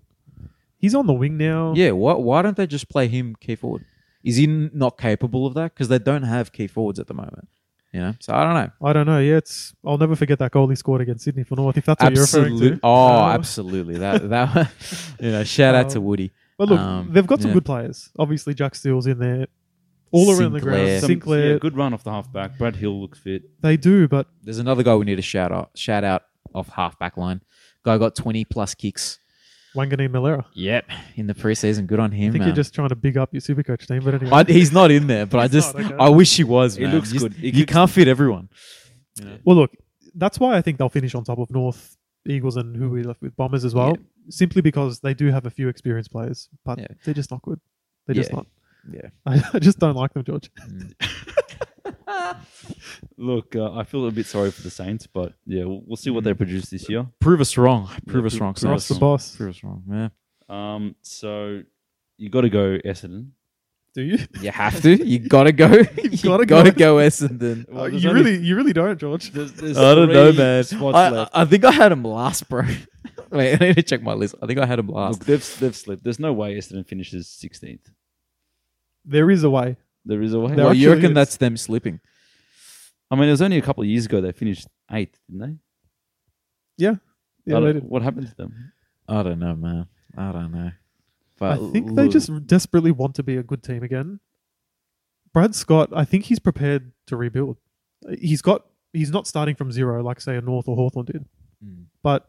[SPEAKER 1] he's on the wing now.
[SPEAKER 3] Yeah, why, why don't they just play him key forward? Is he n- not capable of that? Because they don't have key forwards at the moment. You know, so I don't know.
[SPEAKER 1] I don't know. Yeah, it's I'll never forget that goal he scored against Sydney for North. If that's what you're
[SPEAKER 3] Absolutely.
[SPEAKER 1] referring to.
[SPEAKER 3] Oh,
[SPEAKER 1] Uh,
[SPEAKER 3] absolutely. That that you know. Shout out to
[SPEAKER 1] Um,
[SPEAKER 3] Woody.
[SPEAKER 1] But look,
[SPEAKER 3] Um,
[SPEAKER 1] they've got some
[SPEAKER 3] yeah.
[SPEAKER 1] good players. Obviously, Jack Steele's in there, all around the
[SPEAKER 3] Sinclair.
[SPEAKER 1] ground.
[SPEAKER 3] Some-
[SPEAKER 1] Sinclair,
[SPEAKER 2] yeah, good run off the halfback. Brad Hill looks fit.
[SPEAKER 1] they do, but
[SPEAKER 3] There's another guy we need to shout out. Shout out off half back line. Guy got 20 plus kicks.
[SPEAKER 1] Wangani Malera.
[SPEAKER 3] Yep. In the preseason, good on him.
[SPEAKER 1] I think
[SPEAKER 3] man.
[SPEAKER 1] you're just trying to big up your Supercoach team. But anyway,
[SPEAKER 3] I, he's not in there, but I
[SPEAKER 1] He's
[SPEAKER 3] just
[SPEAKER 1] not, okay.
[SPEAKER 3] I wish he was.
[SPEAKER 2] He
[SPEAKER 3] Man.
[SPEAKER 2] looks
[SPEAKER 3] you,
[SPEAKER 2] good. He
[SPEAKER 3] you
[SPEAKER 2] kicks-
[SPEAKER 3] can't fit everyone.
[SPEAKER 1] well, look, that's why I think they'll finish on top of North Eagles and who we left with Bombers as well, simply because they do have a few experienced players, but
[SPEAKER 3] Yeah.
[SPEAKER 1] they're just not good. They're just
[SPEAKER 3] Yeah.
[SPEAKER 1] not.
[SPEAKER 3] Yeah.
[SPEAKER 1] I, I just don't like them, George.
[SPEAKER 2] Look, uh, I feel a bit sorry for the Saints, but yeah, we'll, we'll see what they produce this year.
[SPEAKER 3] Prove us wrong. Prove
[SPEAKER 2] Yeah,
[SPEAKER 3] us
[SPEAKER 2] prove-
[SPEAKER 3] wrong.
[SPEAKER 2] prove
[SPEAKER 3] Cyrus.
[SPEAKER 1] Ross the boss.
[SPEAKER 3] Prove us wrong. Yeah.
[SPEAKER 2] Um, so you got to go Essendon.
[SPEAKER 1] Do you?
[SPEAKER 3] You have to. You gotta go. you
[SPEAKER 1] gotta
[SPEAKER 3] gotta,
[SPEAKER 1] go.
[SPEAKER 3] go Essendon.
[SPEAKER 2] Well,
[SPEAKER 1] Uh,
[SPEAKER 2] there's
[SPEAKER 1] you
[SPEAKER 2] only-
[SPEAKER 1] really, you really don't, George.
[SPEAKER 2] There's, there's
[SPEAKER 3] I don't know,
[SPEAKER 2] three
[SPEAKER 3] man.
[SPEAKER 2] Spots
[SPEAKER 3] I,
[SPEAKER 2] left.
[SPEAKER 3] I think I had him last, bro. Wait, I need to check my list. I think I had him last.
[SPEAKER 2] Look, they've they've slipped. There's no way Essendon finishes sixteenth.
[SPEAKER 1] There is a way.
[SPEAKER 2] There is a way.
[SPEAKER 1] There
[SPEAKER 3] Well, you
[SPEAKER 1] actually
[SPEAKER 3] reckon
[SPEAKER 1] is.
[SPEAKER 3] that's them slipping?
[SPEAKER 2] I mean, it was only a couple of years ago they finished eighth, didn't they?
[SPEAKER 1] Yeah,
[SPEAKER 2] I
[SPEAKER 1] they
[SPEAKER 2] don't-
[SPEAKER 1] did.
[SPEAKER 2] what happened to them?
[SPEAKER 3] I don't know, man. I don't know.
[SPEAKER 1] I
[SPEAKER 3] But
[SPEAKER 2] Uh,
[SPEAKER 1] think they
[SPEAKER 3] look-
[SPEAKER 1] just desperately want to be a good team again. Brad Scott, I think he's prepared to rebuild. He's got he's not starting from zero like say a North or Hawthorn did,
[SPEAKER 2] Hmm.
[SPEAKER 3] Mm.
[SPEAKER 1] but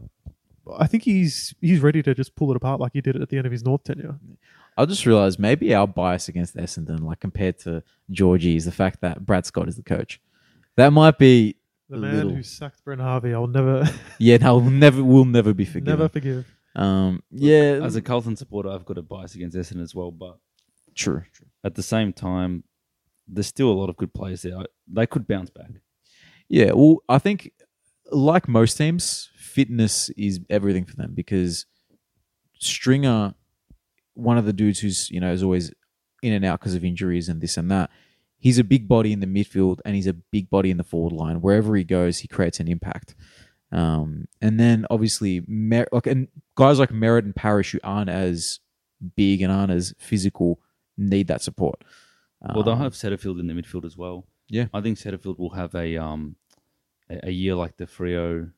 [SPEAKER 1] I think he's he's ready to just pull it apart like he did it at the end of his North tenure.
[SPEAKER 3] I just realized maybe our bias against Essendon, like compared to Georgie, is the fact that Brad Scott is the coach. That might be
[SPEAKER 1] The
[SPEAKER 3] A
[SPEAKER 1] man
[SPEAKER 3] little.
[SPEAKER 1] who sacked Brent Harvey, I'll never
[SPEAKER 3] yeah. No, we'll never we'll never be forgiven.
[SPEAKER 1] never forgive.
[SPEAKER 3] Um. Yeah.
[SPEAKER 2] As a Carlton supporter, I've got a bias against Essendon as well, but
[SPEAKER 3] true. true.
[SPEAKER 2] at the same time, there's still a lot of good players there. I, they could bounce back.
[SPEAKER 3] Yeah. Well, I think like most teams, fitness is everything for them because Stringer, one of the dudes who's you know is always in and out because of injuries and this and that. He's a big body in the midfield and he's a big body in the forward line. Wherever he goes, he creates an impact. Um, and then obviously, Mer- like and guys like Merritt and Parrish who aren't as big and aren't as physical need that support.
[SPEAKER 2] well, they'll
[SPEAKER 3] Um,
[SPEAKER 2] Ah. have Setterfield in the midfield as well.
[SPEAKER 3] Yeah.
[SPEAKER 2] I think Setterfield will have a um a, a year like the Frio.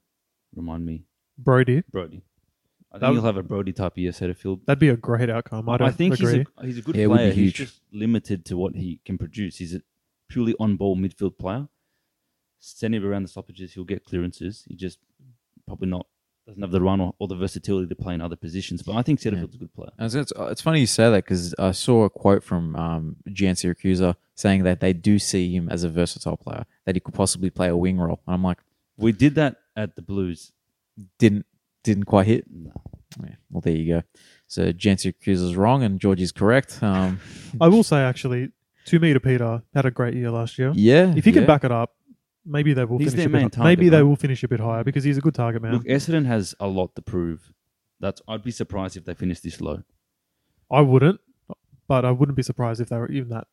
[SPEAKER 2] Remind me,
[SPEAKER 1] Brody.
[SPEAKER 2] Brody. I
[SPEAKER 1] That
[SPEAKER 2] think
[SPEAKER 1] would-
[SPEAKER 2] he'll have a Brody type year. Setterfield.
[SPEAKER 1] That'd be a great outcome. I don't
[SPEAKER 2] I think
[SPEAKER 1] agree.
[SPEAKER 2] he's a he's a good
[SPEAKER 3] Yeah, it would be
[SPEAKER 2] player. He's
[SPEAKER 3] huge.
[SPEAKER 2] just limited to what he can produce. He's a purely on ball midfield player. Send him around the stoppages, he'll get clearances. He just probably not doesn't have the run or, or the versatility to play in other positions. But I think Setterfield's a good player.
[SPEAKER 3] I was- It's, it's funny you say that because I saw a quote from um, Gian Syracuse saying that they do see him as a versatile player, that he could possibly play a wing role. And I'm like,
[SPEAKER 2] We did that at the Blues.
[SPEAKER 3] didn't didn't quite hit.
[SPEAKER 2] No.
[SPEAKER 3] Yeah, well, there you go. So Gian Syracuse is wrong and Georgie's correct. Um,
[SPEAKER 1] I will say actually, two meter Peter had a great year last year.
[SPEAKER 3] yeah.
[SPEAKER 1] If he can
[SPEAKER 3] yeah.
[SPEAKER 1] back it up, maybe they will
[SPEAKER 2] He's
[SPEAKER 1] finish.
[SPEAKER 2] their
[SPEAKER 1] a
[SPEAKER 2] main
[SPEAKER 1] bit,
[SPEAKER 2] target,
[SPEAKER 1] maybe they
[SPEAKER 2] right?
[SPEAKER 1] will finish a bit higher because he's a good target man.
[SPEAKER 2] Look, Essendon has a lot to prove. That's I'd be surprised if they finish this low.
[SPEAKER 1] I wouldn't, but I wouldn't be surprised if they were even that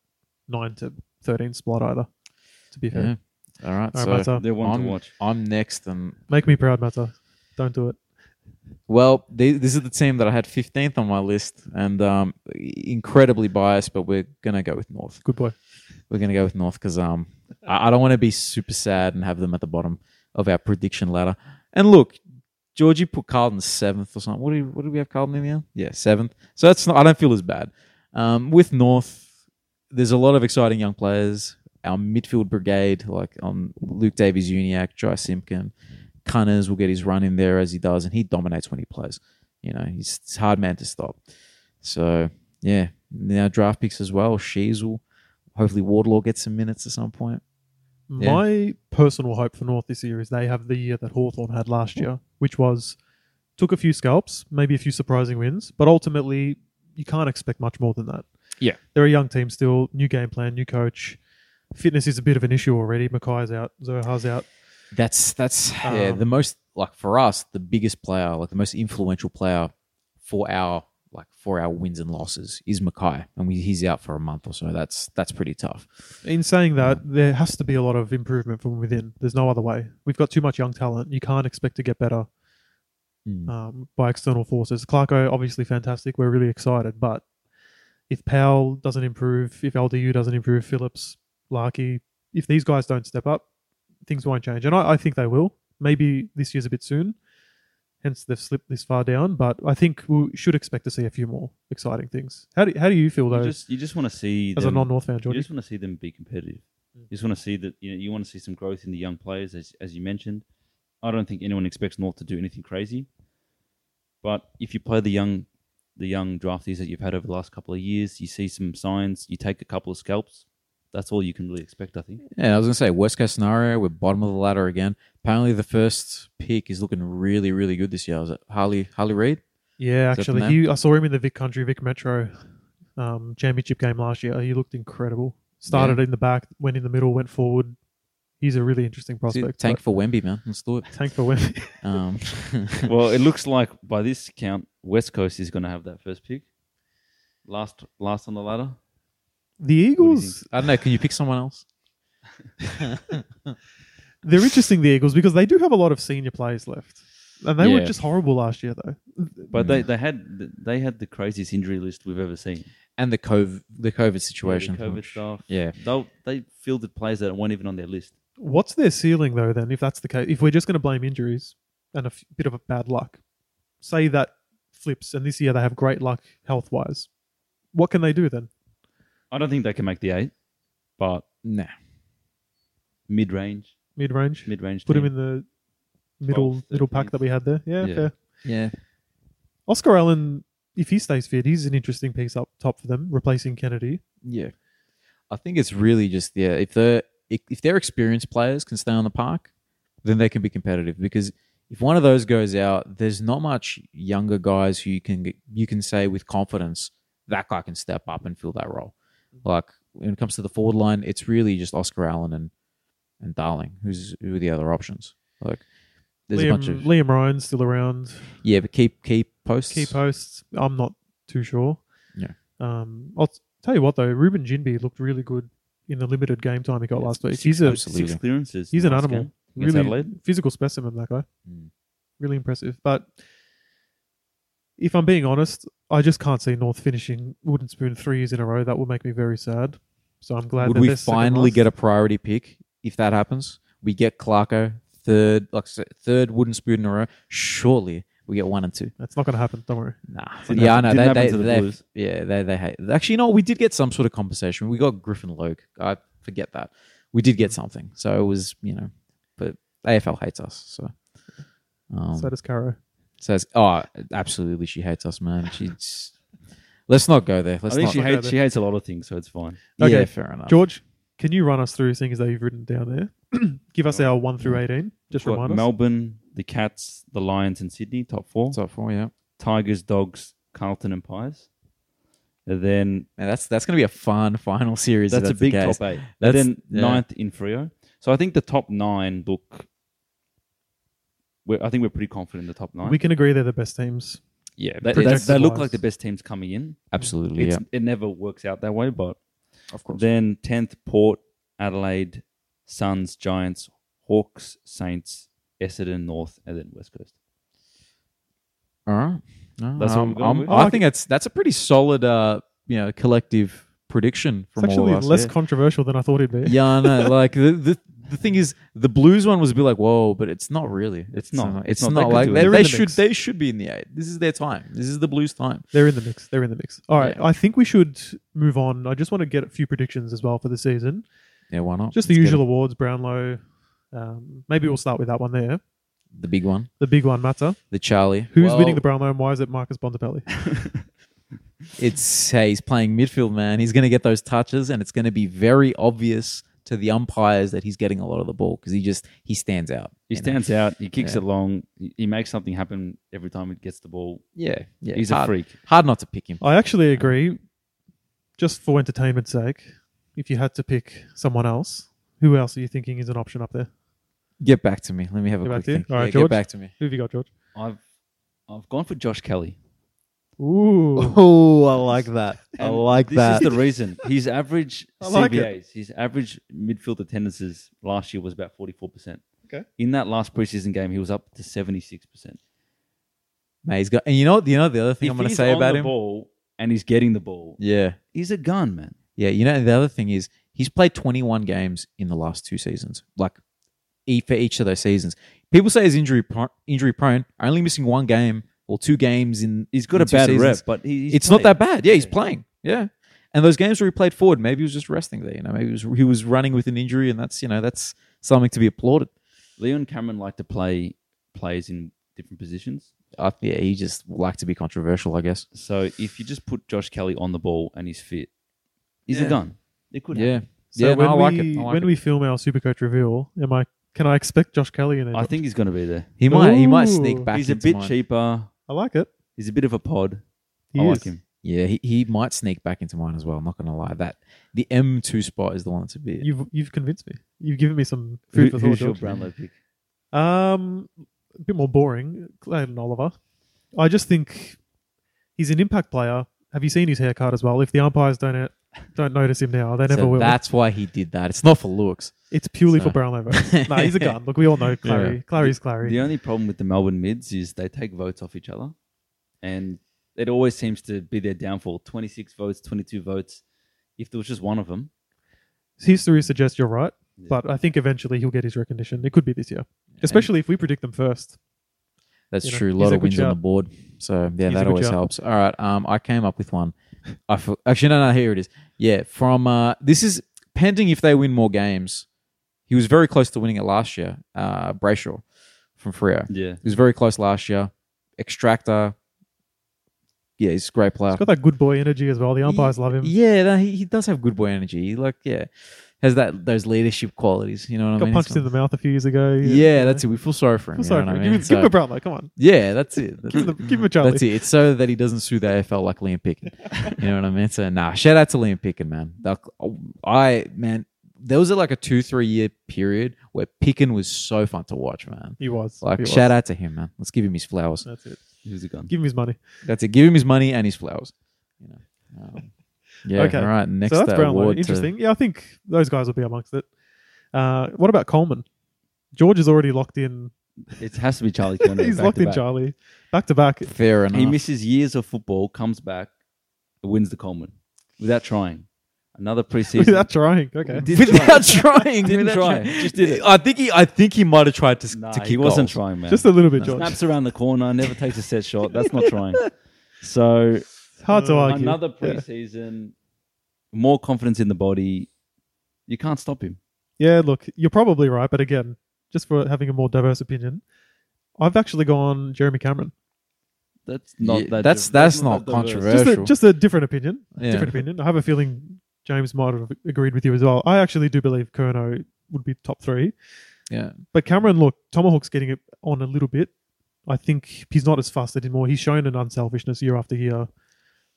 [SPEAKER 1] nine to thirteen spot either. To be fair,
[SPEAKER 3] Yeah. All right.
[SPEAKER 1] all
[SPEAKER 3] so
[SPEAKER 1] right, Mata,
[SPEAKER 2] They're one
[SPEAKER 3] I'm-
[SPEAKER 2] to watch.
[SPEAKER 3] I'm next. And
[SPEAKER 1] make me proud, Mata. Don't do it.
[SPEAKER 3] well, they, this is the team that I had 15th on my list and um, incredibly biased, but we're going to go with North.
[SPEAKER 1] Good boy.
[SPEAKER 3] We're gonna go with North because um, I, I don't want to be super sad and have them at the bottom of our prediction ladder. And look, Georgie put Carlton seventh or something. What do you, what do we have Carlton in the end? Yeah, seventh. So that's not, I don't feel as bad. Um, with North, there's a lot of exciting young players. Our midfield brigade, like um, Luke Davies, Uniac, Jai Simpkin, Cunners will get his run in there as he does, and he dominates when he plays. You know, he's, he's a hard man to stop. So yeah, now draft picks as well. Sheasel, hopefully Wardlaw gets some minutes at some point. Yeah.
[SPEAKER 1] My personal hope for North this year is they have the year that Hawthorn had last year, which was took a few scalps, maybe a few surprising wins, but ultimately you can't expect much more than that.
[SPEAKER 2] Yeah.
[SPEAKER 1] They're a young team still, new game plan, new coach. Fitness is a bit of an issue already. Mackay's out, Zohar's out.
[SPEAKER 3] That's that's yeah
[SPEAKER 1] Um,
[SPEAKER 3] the most like for us the biggest player like the most influential player for our like for our wins and losses is Mackay and we, he's out for a month or so. That's that's pretty tough.
[SPEAKER 1] In saying that, there has to be a lot of improvement from within. There's no other way. We've got too much young talent. You can't expect to get better
[SPEAKER 3] Mm.
[SPEAKER 1] um, by external forces. Clarko, obviously fantastic. We're really excited. But if Powell doesn't improve, if LDU doesn't improve, Phillips, Larky, if these guys don't step up, things won't change. And I, I think they will. Maybe this year's a bit soon. Hence, they've slipped this far down. But I think we should expect to see a few more exciting things. How do, how do you feel, though,
[SPEAKER 2] You just you just want to see
[SPEAKER 1] as a
[SPEAKER 2] them-
[SPEAKER 1] non North fan,
[SPEAKER 2] You
[SPEAKER 1] Geordie?
[SPEAKER 2] just want to see them be competitive. You just want to see that you know you want to see some growth in the young players, as as you mentioned. I don't think anyone expects North to do anything crazy, but if you play the young, the young draftees that you've had over the last couple of years, you see some signs. You take a couple of scalps. That's all you can really expect, I think.
[SPEAKER 3] Yeah, I was gonna say worst case scenario, we're bottom of the ladder again. Apparently, the first pick is looking really, really good this year. Was it Harley Harley Reid?
[SPEAKER 1] Yeah,
[SPEAKER 3] Is that the
[SPEAKER 1] actually,
[SPEAKER 3] name?
[SPEAKER 1] he, I saw him in the Vic Country, Vic Metro um, championship game last year. He looked incredible. Started in the back, went in the middle, went forward. He's a really interesting prospect.
[SPEAKER 3] Tank for Wemby, man. Let's do it.
[SPEAKER 1] but- tank for when
[SPEAKER 3] Um,
[SPEAKER 2] well, it looks like by this count, West Coast is going to have that first pick, last last on the ladder.
[SPEAKER 1] the Eagles.
[SPEAKER 3] I don't know. Can you pick someone else?
[SPEAKER 1] They're interesting, the Eagles, because they do have a lot of senior players left, and they were
[SPEAKER 2] Yeah.
[SPEAKER 1] just horrible last year, though.
[SPEAKER 2] But they, they had they had the craziest injury list we've ever seen.
[SPEAKER 3] And the COVID, the COVID situation.
[SPEAKER 2] Yeah, the COVID stuff.
[SPEAKER 3] Yeah.
[SPEAKER 2] They'll, they fielded players that weren't even on their list.
[SPEAKER 1] What's their ceiling, though? Then, if that's the case, if we're just going to blame injuries and a f- bit of a bad luck, say that flips, and this year they have great luck health wise. What can they do then?
[SPEAKER 2] I don't think they can make the eight, but
[SPEAKER 3] Nah.
[SPEAKER 2] mid range,
[SPEAKER 1] Mid range.
[SPEAKER 2] mid range.
[SPEAKER 1] Put him in the middle
[SPEAKER 2] 12th,
[SPEAKER 1] middle pack
[SPEAKER 2] 13th.
[SPEAKER 1] that we had there. Yeah,
[SPEAKER 2] Yeah.
[SPEAKER 1] fair.
[SPEAKER 3] Yeah.
[SPEAKER 1] Oscar Allen, if he stays fit, he's an interesting piece up top for them, replacing Kennedy.
[SPEAKER 3] Yeah, I think it's really just yeah. If the if if their experienced players can stay on the park, then they can be competitive. Because if one of those goes out, there's not much younger guys who you can you can say with confidence that guy can step up and fill that role. Like when it comes to the forward line, it's really just Oscar Allen and and Darling. Who's who are the other options? Like there's
[SPEAKER 1] Liam,
[SPEAKER 3] a bunch of
[SPEAKER 1] Liam Ryan's still around.
[SPEAKER 3] yeah, but keep keep posts.
[SPEAKER 1] Key posts, I'm not too sure.
[SPEAKER 3] Yeah.
[SPEAKER 1] Um, I'll t- tell you what though, Ruben Jinby looked really good in the limited game time he got last week. He's a
[SPEAKER 3] absolutely.
[SPEAKER 2] Six clearances.
[SPEAKER 1] he's an
[SPEAKER 2] last
[SPEAKER 1] animal.
[SPEAKER 2] game against
[SPEAKER 1] really
[SPEAKER 2] Adelaide.
[SPEAKER 1] physical specimen, that guy.
[SPEAKER 3] Mm.
[SPEAKER 1] Really impressive. But if I'm being honest, I just can't see North finishing Wooden Spoon three years in a row. That will make me very sad. So I'm glad.
[SPEAKER 3] Would
[SPEAKER 1] that
[SPEAKER 3] we
[SPEAKER 1] they're second
[SPEAKER 3] finally
[SPEAKER 1] last.
[SPEAKER 3] get a priority pick if that happens? We get Clarko third, like I said, third wooden spoon in a row. Surely we get one and two.
[SPEAKER 1] That's not going to happen. Don't worry.
[SPEAKER 3] Nah,
[SPEAKER 2] Didn't
[SPEAKER 3] yeah, I
[SPEAKER 2] happen-
[SPEAKER 3] know
[SPEAKER 2] didn't
[SPEAKER 3] they,
[SPEAKER 2] happen
[SPEAKER 3] they,
[SPEAKER 2] to the
[SPEAKER 3] they-
[SPEAKER 2] Blues.
[SPEAKER 3] yeah, they they hate. Actually, no, we did get some sort of conversation. We got Griffin Loke. I forget that we did get something. So it was you know, but AFL hates us. So um,
[SPEAKER 1] So does Caro.
[SPEAKER 3] says, oh, absolutely, she hates us, man. She's let's not go there. Let's
[SPEAKER 2] I think
[SPEAKER 3] not.
[SPEAKER 2] she hates
[SPEAKER 1] Okay.
[SPEAKER 2] she hates a lot of things, so it's fine.
[SPEAKER 1] Okay.
[SPEAKER 3] Yeah, fair enough.
[SPEAKER 1] George, can you run us through seeing as though you've written down there? Give us our one through eighteen. Just
[SPEAKER 2] We've got
[SPEAKER 1] remind us.
[SPEAKER 2] Melbourne, the Cats, the Lions, and Sydney top four.
[SPEAKER 3] Top four, yeah.
[SPEAKER 2] Tigers, Dogs, Carlton, and Pies. And then
[SPEAKER 3] Man, that's that's gonna be a fun final series. if
[SPEAKER 2] that's, a
[SPEAKER 3] the
[SPEAKER 2] big
[SPEAKER 3] case.
[SPEAKER 2] top eight.
[SPEAKER 3] That's-
[SPEAKER 2] and then
[SPEAKER 3] yeah.
[SPEAKER 2] ninth in Frio. So I think the top nine look. We're, I think we're pretty confident in the top nine.
[SPEAKER 1] we can agree they're the best teams.
[SPEAKER 2] yeah, they, they,
[SPEAKER 1] projected
[SPEAKER 2] they look
[SPEAKER 1] wise.
[SPEAKER 2] like the best teams coming in.
[SPEAKER 3] Absolutely,
[SPEAKER 2] It's,
[SPEAKER 3] yeah.
[SPEAKER 2] It never works out that way, but
[SPEAKER 3] Of
[SPEAKER 2] Then tenth, Port, Adelaide, Suns, Giants, Hawks, Saints, Essendon, North, and then West Coast.
[SPEAKER 3] All right. No,
[SPEAKER 2] That's what
[SPEAKER 3] I'm-
[SPEAKER 2] we're going
[SPEAKER 3] I'm-
[SPEAKER 2] with?
[SPEAKER 3] I think that's that's a pretty solid, uh, you know, collective prediction
[SPEAKER 1] It's
[SPEAKER 3] from all
[SPEAKER 1] actually
[SPEAKER 3] of us.
[SPEAKER 1] less
[SPEAKER 3] yeah.
[SPEAKER 1] controversial than I thought it'd be.
[SPEAKER 3] yeah, I know. Like the, the the thing is, the Blues one was a bit like, whoa, but it's not really.
[SPEAKER 2] It's not.
[SPEAKER 3] It's,
[SPEAKER 2] It's not. They
[SPEAKER 3] not
[SPEAKER 2] could
[SPEAKER 3] like
[SPEAKER 2] do it.
[SPEAKER 3] they,
[SPEAKER 1] They're in
[SPEAKER 3] they
[SPEAKER 1] the
[SPEAKER 3] should.
[SPEAKER 1] mix.
[SPEAKER 3] They should be in the eight. This is their time. This is the Blues' time.
[SPEAKER 1] They're in the mix. They're in the mix. All right.
[SPEAKER 3] Yeah.
[SPEAKER 1] I think we should move on. I just want to get a few predictions as well for the season.
[SPEAKER 3] Yeah, why not?
[SPEAKER 1] Just the
[SPEAKER 3] Let's get
[SPEAKER 1] usual awards, Brownlow. Um, maybe we'll start with that one there.
[SPEAKER 3] it. The big one.
[SPEAKER 1] The big one, Matter.
[SPEAKER 3] The Charlie.
[SPEAKER 1] Who's
[SPEAKER 3] Well,
[SPEAKER 1] winning the Brownlow and why is it Marcus Bontempelli?
[SPEAKER 3] It's hey, he's playing midfield, man. He's going to get those touches, and it's going to be very obvious to the umpires that he's getting a lot of the ball because he just he stands out.
[SPEAKER 2] He
[SPEAKER 3] you know?
[SPEAKER 2] stands out. He kicks it long. He, he makes something happen every time he gets the ball.
[SPEAKER 3] Yeah, yeah.
[SPEAKER 2] He's
[SPEAKER 3] it's hard,
[SPEAKER 2] a freak.
[SPEAKER 3] Hard not to pick him.
[SPEAKER 1] I actually agree. Just for entertainment's sake, if you had to pick someone else, who else are you thinking is an option up there?
[SPEAKER 3] Get back to me. Let me have a
[SPEAKER 1] Get back
[SPEAKER 3] quick
[SPEAKER 1] to you?
[SPEAKER 3] think.
[SPEAKER 1] All right,
[SPEAKER 3] yeah,
[SPEAKER 1] George?
[SPEAKER 3] get back to me.
[SPEAKER 1] Who have you got, George?
[SPEAKER 2] I've I've gone for Josh Kelly.
[SPEAKER 1] Ooh.
[SPEAKER 3] Oh, I like that.
[SPEAKER 2] And this is the reason. His average
[SPEAKER 1] I like it.
[SPEAKER 2] CBAs, his average midfield attendances last year was about 44%.
[SPEAKER 1] Okay.
[SPEAKER 2] In that last preseason game, he was up to 76%.
[SPEAKER 3] Mate, he's got. And you know, what- you know the other thing
[SPEAKER 2] If
[SPEAKER 3] I'm going to
[SPEAKER 2] he's
[SPEAKER 3] say
[SPEAKER 2] on
[SPEAKER 3] about
[SPEAKER 2] the
[SPEAKER 3] him.
[SPEAKER 2] ball and he's getting the ball,
[SPEAKER 3] Yeah,
[SPEAKER 2] he's a gun, man.
[SPEAKER 3] yeah. You know, the other thing is he's played 21 games in the last two seasons. Like, e- for each of those seasons, people say he's injury pro- injury prone. Only missing one game or two games in.
[SPEAKER 2] He's got
[SPEAKER 3] in
[SPEAKER 2] a
[SPEAKER 3] two
[SPEAKER 2] bad rep,
[SPEAKER 3] seasons.
[SPEAKER 2] but he, he's
[SPEAKER 3] it's not
[SPEAKER 2] played.
[SPEAKER 3] that bad. Yeah, he's playing. Yeah. And those games where he played forward, maybe he was just resting there. You know, maybe he was, he was running with an injury, and that's you know that's something to be applauded.
[SPEAKER 2] Leon Cameron liked to play players in different positions.
[SPEAKER 3] I, yeah, he just liked to be controversial, I guess.
[SPEAKER 2] So if you just put Josh Kelly on the ball and he's fit, he's
[SPEAKER 3] Yeah.
[SPEAKER 2] a gun. It could
[SPEAKER 3] Yeah,
[SPEAKER 2] happen.
[SPEAKER 1] So
[SPEAKER 3] yeah.
[SPEAKER 1] when,
[SPEAKER 3] no, I
[SPEAKER 1] we,
[SPEAKER 3] like it. I like
[SPEAKER 1] when
[SPEAKER 3] it.
[SPEAKER 1] we film our Supercoach reveal, am I can I expect Josh Kelly in it?
[SPEAKER 2] I think he's going to be there.
[SPEAKER 3] he might he might
[SPEAKER 1] Ooh.
[SPEAKER 3] sneak back.
[SPEAKER 2] he's a
[SPEAKER 3] into
[SPEAKER 2] bit
[SPEAKER 3] mine.
[SPEAKER 2] cheaper.
[SPEAKER 1] I like it.
[SPEAKER 2] He's a bit of a pod.
[SPEAKER 1] He
[SPEAKER 2] I
[SPEAKER 1] is.
[SPEAKER 2] like him.
[SPEAKER 3] Yeah, he, he might sneak back into mine as well. I'm not gonna lie. That the M two spot is the one to be.
[SPEAKER 1] You've you've convinced me. You've given me some
[SPEAKER 2] Who,
[SPEAKER 1] food for thought.
[SPEAKER 2] who's your
[SPEAKER 1] George.
[SPEAKER 2] Brownlow pick?
[SPEAKER 1] Um, a bit more boring, Clayton Oliver. I just think he's an impact player. Have you seen his haircut as well? If the umpires don't e-, don't notice him now, they never
[SPEAKER 3] so
[SPEAKER 1] will.
[SPEAKER 3] that's why he did that. It's not for looks.
[SPEAKER 1] it's purely
[SPEAKER 3] so-
[SPEAKER 1] for Brownlow. votes. no, he's a gun. Look, we all know Clary.
[SPEAKER 3] Yeah.
[SPEAKER 1] Clary's Clary.
[SPEAKER 2] The only problem with the Melbourne mids is they take votes off each other, and it always seems to be their downfall. Twenty-six votes, twenty-two votes. If there was just one of them,
[SPEAKER 1] History suggests you're right,
[SPEAKER 2] Yeah.
[SPEAKER 1] but I think eventually he'll get his recognition. It could be this year, especially if we predict them first.
[SPEAKER 3] That's
[SPEAKER 1] You know,
[SPEAKER 3] true. A
[SPEAKER 1] he's
[SPEAKER 3] lot
[SPEAKER 1] a
[SPEAKER 3] of
[SPEAKER 1] good
[SPEAKER 3] wins on the
[SPEAKER 1] shout.
[SPEAKER 3] board. So yeah,
[SPEAKER 1] He's a
[SPEAKER 3] that
[SPEAKER 1] good
[SPEAKER 3] always
[SPEAKER 1] shout.
[SPEAKER 3] helps. All right. Um, I came up with one. I fo- actually no no here it is. Yeah, from uh, this is pending if they win more games. He was very close to winning it last year. Uh, Brayshaw from Freo.
[SPEAKER 2] yeah,
[SPEAKER 3] He was very close last year. Extractor. Yeah, he's a great player.
[SPEAKER 1] He's got that good boy energy as well. The umpires love him.
[SPEAKER 3] Yeah, no, he, he does have good boy energy. He, like, yeah, has that those leadership qualities. You know what I
[SPEAKER 1] Got
[SPEAKER 3] mean?
[SPEAKER 1] punched in the mouth a few years ago.
[SPEAKER 3] yeah, that's it. We feel sorry for him.
[SPEAKER 1] I'm
[SPEAKER 3] you know
[SPEAKER 1] sorry.
[SPEAKER 3] what I
[SPEAKER 1] give,
[SPEAKER 3] mean?
[SPEAKER 1] him,
[SPEAKER 3] So-
[SPEAKER 1] give him a Brownlow. Come on.
[SPEAKER 3] yeah, that's it. That's,
[SPEAKER 1] Give him, give him a Charlie.
[SPEAKER 3] that's it. It's so that he doesn't sue the AFL like Liam Picken. You know what I mean? So nah, shout out to Liam Picken, man. Like, oh, I man, there was like a two three year period where Picken was so fun to watch, man.
[SPEAKER 1] He was.
[SPEAKER 3] Like
[SPEAKER 1] he was.
[SPEAKER 3] shout out to him, man. Let's give him his flowers.
[SPEAKER 1] That's it.
[SPEAKER 2] he was a gun.
[SPEAKER 1] Give him his money.
[SPEAKER 3] That's it. Give him his money and his flowers. You know. Um, yeah.
[SPEAKER 1] Okay.
[SPEAKER 3] All right. Next
[SPEAKER 1] so that's
[SPEAKER 3] uh,
[SPEAKER 1] Brownlow.
[SPEAKER 3] award to-
[SPEAKER 1] Interesting. Yeah, I think those guys will be amongst it. Uh, what about Coleman? George is already locked in.
[SPEAKER 2] It has to be Charlie Conway.
[SPEAKER 1] He's
[SPEAKER 2] back
[SPEAKER 1] locked
[SPEAKER 2] to
[SPEAKER 1] in
[SPEAKER 2] back.
[SPEAKER 1] Charlie. Back to back.
[SPEAKER 3] Fair enough.
[SPEAKER 2] He misses years of football, comes back, wins the Coleman without trying. Another preseason.
[SPEAKER 1] Without trying. Okay.
[SPEAKER 3] Without trying,
[SPEAKER 2] Didn't
[SPEAKER 3] without
[SPEAKER 2] try.
[SPEAKER 3] trying.
[SPEAKER 2] Just did it.
[SPEAKER 4] I think he, I think he might have tried to,
[SPEAKER 2] Nah,
[SPEAKER 4] to kick.
[SPEAKER 2] he wasn't
[SPEAKER 4] goals.
[SPEAKER 2] trying, man.
[SPEAKER 1] Just a little bit, George.
[SPEAKER 2] snaps around the corner, never takes a set shot. That's not trying. So
[SPEAKER 1] It's hard to argue.
[SPEAKER 2] uh, another
[SPEAKER 1] Yeah.
[SPEAKER 2] preseason, more confidence in the body. You can't stop him.
[SPEAKER 1] Yeah, look, you're probably right, but again, just for having a more diverse opinion, I've actually gone Jeremy Cameron.
[SPEAKER 2] That's not
[SPEAKER 3] Yeah,
[SPEAKER 2] that.
[SPEAKER 3] that's-
[SPEAKER 2] div-
[SPEAKER 3] that's not
[SPEAKER 2] that diverse.
[SPEAKER 3] controversial.
[SPEAKER 1] Just a,
[SPEAKER 3] Virtual.
[SPEAKER 1] just a different opinion.
[SPEAKER 3] Yeah.
[SPEAKER 1] Different opinion. I have a feeling James might have agreed with you as well. I actually do believe Kerno would be top three,
[SPEAKER 3] Yeah.
[SPEAKER 1] but Cameron, look, Tomahawk's getting it on a little bit. I think he's not as fast anymore. He's shown an unselfishness year after year.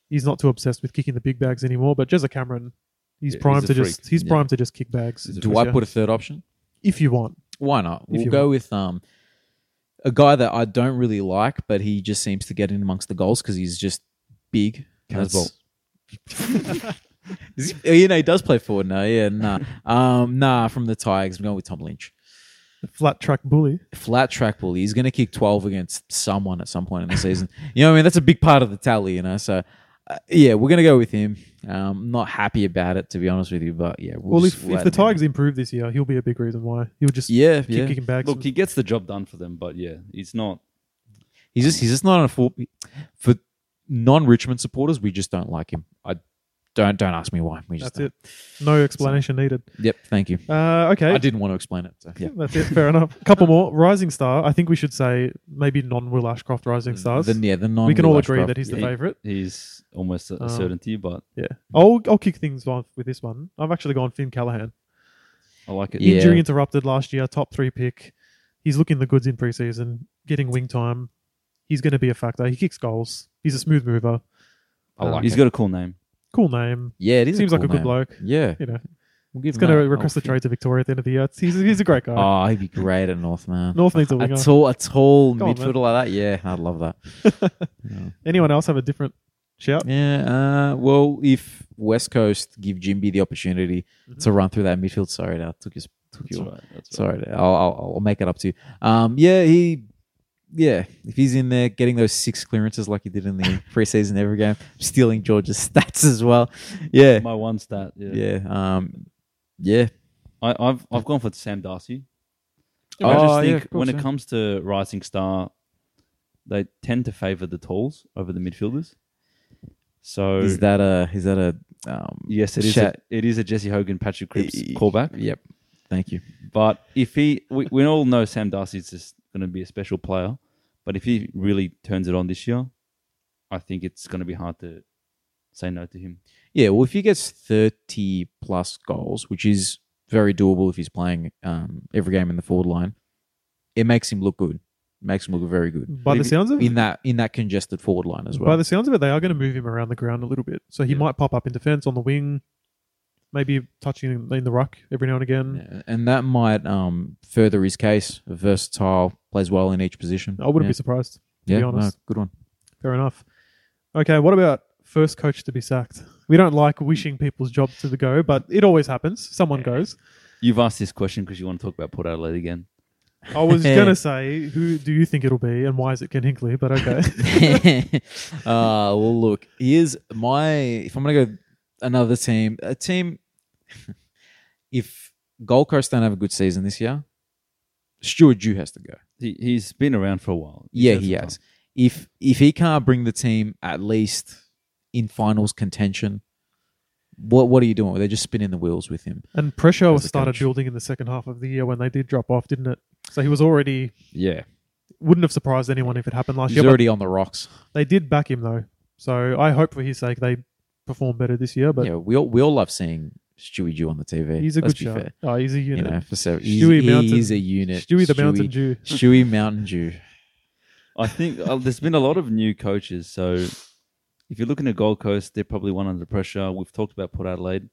[SPEAKER 1] He's not too obsessed with kicking the big bags anymore. But Jezza Cameron, he's
[SPEAKER 2] Yeah, he's
[SPEAKER 1] primed
[SPEAKER 2] a
[SPEAKER 1] to just
[SPEAKER 2] freak.
[SPEAKER 1] he's
[SPEAKER 3] Yeah.
[SPEAKER 1] primed to just kick bags.
[SPEAKER 2] He's a
[SPEAKER 3] Do I put a third option?
[SPEAKER 1] if you want?
[SPEAKER 3] Why not? We'll
[SPEAKER 1] you
[SPEAKER 3] go with um, a guy that I don't really like, but he just seems to get in amongst the goals because he's just big.
[SPEAKER 2] Kaz
[SPEAKER 3] That's- Is he- you know, he does play forward now. Yeah, nah. Um, nah, from the Tigers. I'm going with Tom Lynch.
[SPEAKER 1] The flat track bully.
[SPEAKER 3] Flat track bully. He's going to kick 12 against someone at some point in the season. You know what I mean? That's a big part of the tally, you know? So, uh, yeah, we're going to go with him. Um, not happy about it, to be honest with you, but yeah.
[SPEAKER 1] Well,
[SPEAKER 3] just
[SPEAKER 1] if,
[SPEAKER 3] let
[SPEAKER 1] if the
[SPEAKER 3] him in.
[SPEAKER 1] Tigers improve this year, he'll be a big reason why. He'll just
[SPEAKER 3] Yeah,
[SPEAKER 1] keep
[SPEAKER 3] yeah.
[SPEAKER 1] kicking bags.
[SPEAKER 2] Look, he gets the job done for them, but yeah, he's not.
[SPEAKER 3] He's just he's just not on a full for non Richmond supporters. We just don't like him. I don't don't ask me why. We just
[SPEAKER 1] That's it. No explanation needed.
[SPEAKER 3] don't. Yep, thank you.
[SPEAKER 1] Uh, okay.
[SPEAKER 3] I didn't want to explain it. So. Yeah,
[SPEAKER 1] That's it. Fair enough. Couple more. Rising star. I think we should say maybe non Will Ashcroft rising stars.
[SPEAKER 3] Then yeah, Mm, the non.
[SPEAKER 1] we can all
[SPEAKER 3] Will
[SPEAKER 1] agree
[SPEAKER 3] Ashcroft.
[SPEAKER 1] that he's the
[SPEAKER 2] Yeah.
[SPEAKER 1] favourite.
[SPEAKER 2] He's almost a
[SPEAKER 1] Um,
[SPEAKER 2] a certainty, but
[SPEAKER 1] Yeah. I'll I'll kick things off with this one. I've actually gone Finn Callahan.
[SPEAKER 2] I like it.
[SPEAKER 3] Yeah.
[SPEAKER 1] Injury interrupted last year. Top three pick. He's looking the goods in preseason. Getting wing time. He's going to be a factor. He kicks goals. He's a smooth mover.
[SPEAKER 2] I
[SPEAKER 1] Um,
[SPEAKER 2] like. He's got a cool name.
[SPEAKER 1] Cool name.
[SPEAKER 3] Yeah, it is.
[SPEAKER 1] Seems
[SPEAKER 3] a
[SPEAKER 1] like
[SPEAKER 3] cool
[SPEAKER 1] a good
[SPEAKER 3] name.
[SPEAKER 1] bloke.
[SPEAKER 3] Yeah,
[SPEAKER 1] You know,
[SPEAKER 3] we'll
[SPEAKER 1] he's
[SPEAKER 3] give him
[SPEAKER 1] going
[SPEAKER 3] that.
[SPEAKER 1] to request
[SPEAKER 3] Oh,
[SPEAKER 1] a trade to Victoria at the end of the year. He's, he's a great guy.
[SPEAKER 3] Oh, he'd be great at North man.
[SPEAKER 1] North needs a
[SPEAKER 3] a
[SPEAKER 1] winger.
[SPEAKER 3] tall, a tall
[SPEAKER 1] Go on,
[SPEAKER 3] midfielder like that. Yeah, I'd love that. yeah.
[SPEAKER 1] Anyone else have a different shout?
[SPEAKER 3] Yeah, uh, well, if West Coast give Jimby the opportunity
[SPEAKER 1] Mm-hmm.
[SPEAKER 3] to run through that midfield, sorry, that took his took
[SPEAKER 2] That's
[SPEAKER 3] you.
[SPEAKER 2] right. That's right.
[SPEAKER 3] Sorry, I'll, I'll, I'll make it up to you. Um, yeah, he, yeah, if he's in there getting those six clearances like he did in the preseason every game, stealing George's stats as well. Yeah,
[SPEAKER 2] My one stat. Yeah.
[SPEAKER 3] yeah, um, yeah.
[SPEAKER 2] I, I've I've gone for Sam Darcy.
[SPEAKER 3] Oh,
[SPEAKER 2] I
[SPEAKER 3] yeah,
[SPEAKER 2] just think
[SPEAKER 3] of course,
[SPEAKER 2] when it
[SPEAKER 3] yeah.
[SPEAKER 2] comes to rising star, they tend to favour the talls over the midfielders. So
[SPEAKER 3] Is that a is that a um?
[SPEAKER 2] yes, it is. A,
[SPEAKER 3] Shat-
[SPEAKER 2] it is a Jesse Hogan, Patrick Cripps
[SPEAKER 3] E-
[SPEAKER 2] callback.
[SPEAKER 3] Yep. Thank you.
[SPEAKER 2] But if he, we, we all know Sam Darcy's just going to be a special player. But if he really turns it on this year, I think it's going to be hard to say no to him.
[SPEAKER 3] Yeah, well, if he gets 30 plus goals, which is very doable if he's playing um, every game in the forward line, it makes him look good. makes him look very good
[SPEAKER 1] By the
[SPEAKER 2] Maybe-
[SPEAKER 1] sounds of it,
[SPEAKER 3] in that in that congested forward line as
[SPEAKER 1] by
[SPEAKER 3] well.
[SPEAKER 1] the sounds of it, they are going to move him around the ground a little bit, so he might pop up in defence on the wing, maybe touching in the ruck every now and again.
[SPEAKER 3] Yeah, and that might um, further his case. Versatile, plays well in each position.
[SPEAKER 1] I wouldn't
[SPEAKER 3] yeah.
[SPEAKER 1] be surprised.
[SPEAKER 3] be,
[SPEAKER 1] be honest.
[SPEAKER 3] good one.
[SPEAKER 1] Fair enough. Okay, what about first coach to be sacked? We don't like wishing people's job to the go, but it always happens. Someone goes.
[SPEAKER 2] You've asked this question because you want to talk about Port Adelaide again.
[SPEAKER 1] I was going to say, who do you think it'll be, and why is it Ken Hinkley? But okay,
[SPEAKER 3] uh, well, look, here's my. If I'm going to go another team, a team. if Gold Coast don't have a good season this year, Stuart Jew has to go.
[SPEAKER 2] He, he's been around for a while. He's
[SPEAKER 3] Yeah,
[SPEAKER 2] had
[SPEAKER 3] he
[SPEAKER 2] some
[SPEAKER 3] has. If if he can't bring the team at least in finals contention, what what are you doing? They're just spinning the wheels with him.
[SPEAKER 1] and pressure
[SPEAKER 3] As the
[SPEAKER 1] started
[SPEAKER 3] coach.
[SPEAKER 1] building in the second half of the year when they did drop off, didn't it? So he was already
[SPEAKER 3] Yeah,
[SPEAKER 1] wouldn't have surprised anyone if it happened last
[SPEAKER 3] he's
[SPEAKER 1] year. but
[SPEAKER 3] already on the rocks.
[SPEAKER 1] They did back him though, so I hope for his sake they perform better this year. But
[SPEAKER 3] yeah, we all, we all love seeing Stewie Jew on the TV.
[SPEAKER 1] he's a
[SPEAKER 3] Let's
[SPEAKER 1] good
[SPEAKER 3] be
[SPEAKER 1] shot.
[SPEAKER 3] fair.
[SPEAKER 1] Oh, he's a
[SPEAKER 3] You
[SPEAKER 1] unit.
[SPEAKER 3] know, for seven,
[SPEAKER 1] Stewie
[SPEAKER 3] he's, he is
[SPEAKER 1] Mountain-
[SPEAKER 3] a unit.
[SPEAKER 1] Stewie the Mountain Jew.
[SPEAKER 3] Stewie Mountain Dew.
[SPEAKER 2] I think uh, there's been a lot of new coaches. So if you're looking at Gold Coast, they're probably one under pressure. We've talked about Port Adelaide.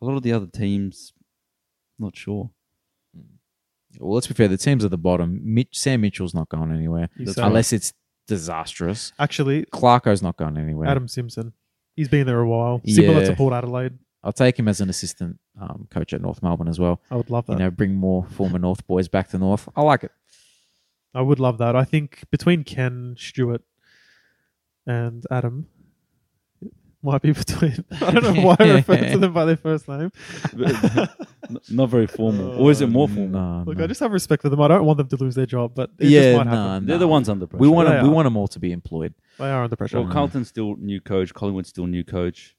[SPEAKER 2] A lot of the other teams, not sure.
[SPEAKER 3] Well, let's be fair. The teams at the bottom. Mitch, Sam Mitchell's not going anywhere
[SPEAKER 1] He's
[SPEAKER 2] That's
[SPEAKER 1] so-
[SPEAKER 2] right.
[SPEAKER 3] unless it's disastrous.
[SPEAKER 1] Actually,
[SPEAKER 3] Clarko's not going anywhere.
[SPEAKER 1] Adam Simpson. He's been there a while. Similar
[SPEAKER 3] Yeah.
[SPEAKER 1] to Port Adelaide.
[SPEAKER 3] I'll take him as an assistant um, coach at North Melbourne as well.
[SPEAKER 1] I would love that.
[SPEAKER 3] You know, bring more former North boys back to North. I like it.
[SPEAKER 1] I would love that. I think between Ken, Stewart, and Adam, white people do it. I don't know why I refer to them by their first name.
[SPEAKER 2] Not very formal. or is it more formal?
[SPEAKER 3] No,
[SPEAKER 1] Look,
[SPEAKER 3] no.
[SPEAKER 1] I just have respect for them. I don't want them to lose their job, but it
[SPEAKER 3] yeah,
[SPEAKER 1] just might happen.
[SPEAKER 3] nah,
[SPEAKER 2] They're
[SPEAKER 3] nah.
[SPEAKER 2] the ones under pressure.
[SPEAKER 3] we want
[SPEAKER 1] They
[SPEAKER 3] we
[SPEAKER 1] are.
[SPEAKER 3] want them all to be employed.
[SPEAKER 1] They are under pressure.
[SPEAKER 2] Well, Carlton's still new coach. Collingwood's still new coach.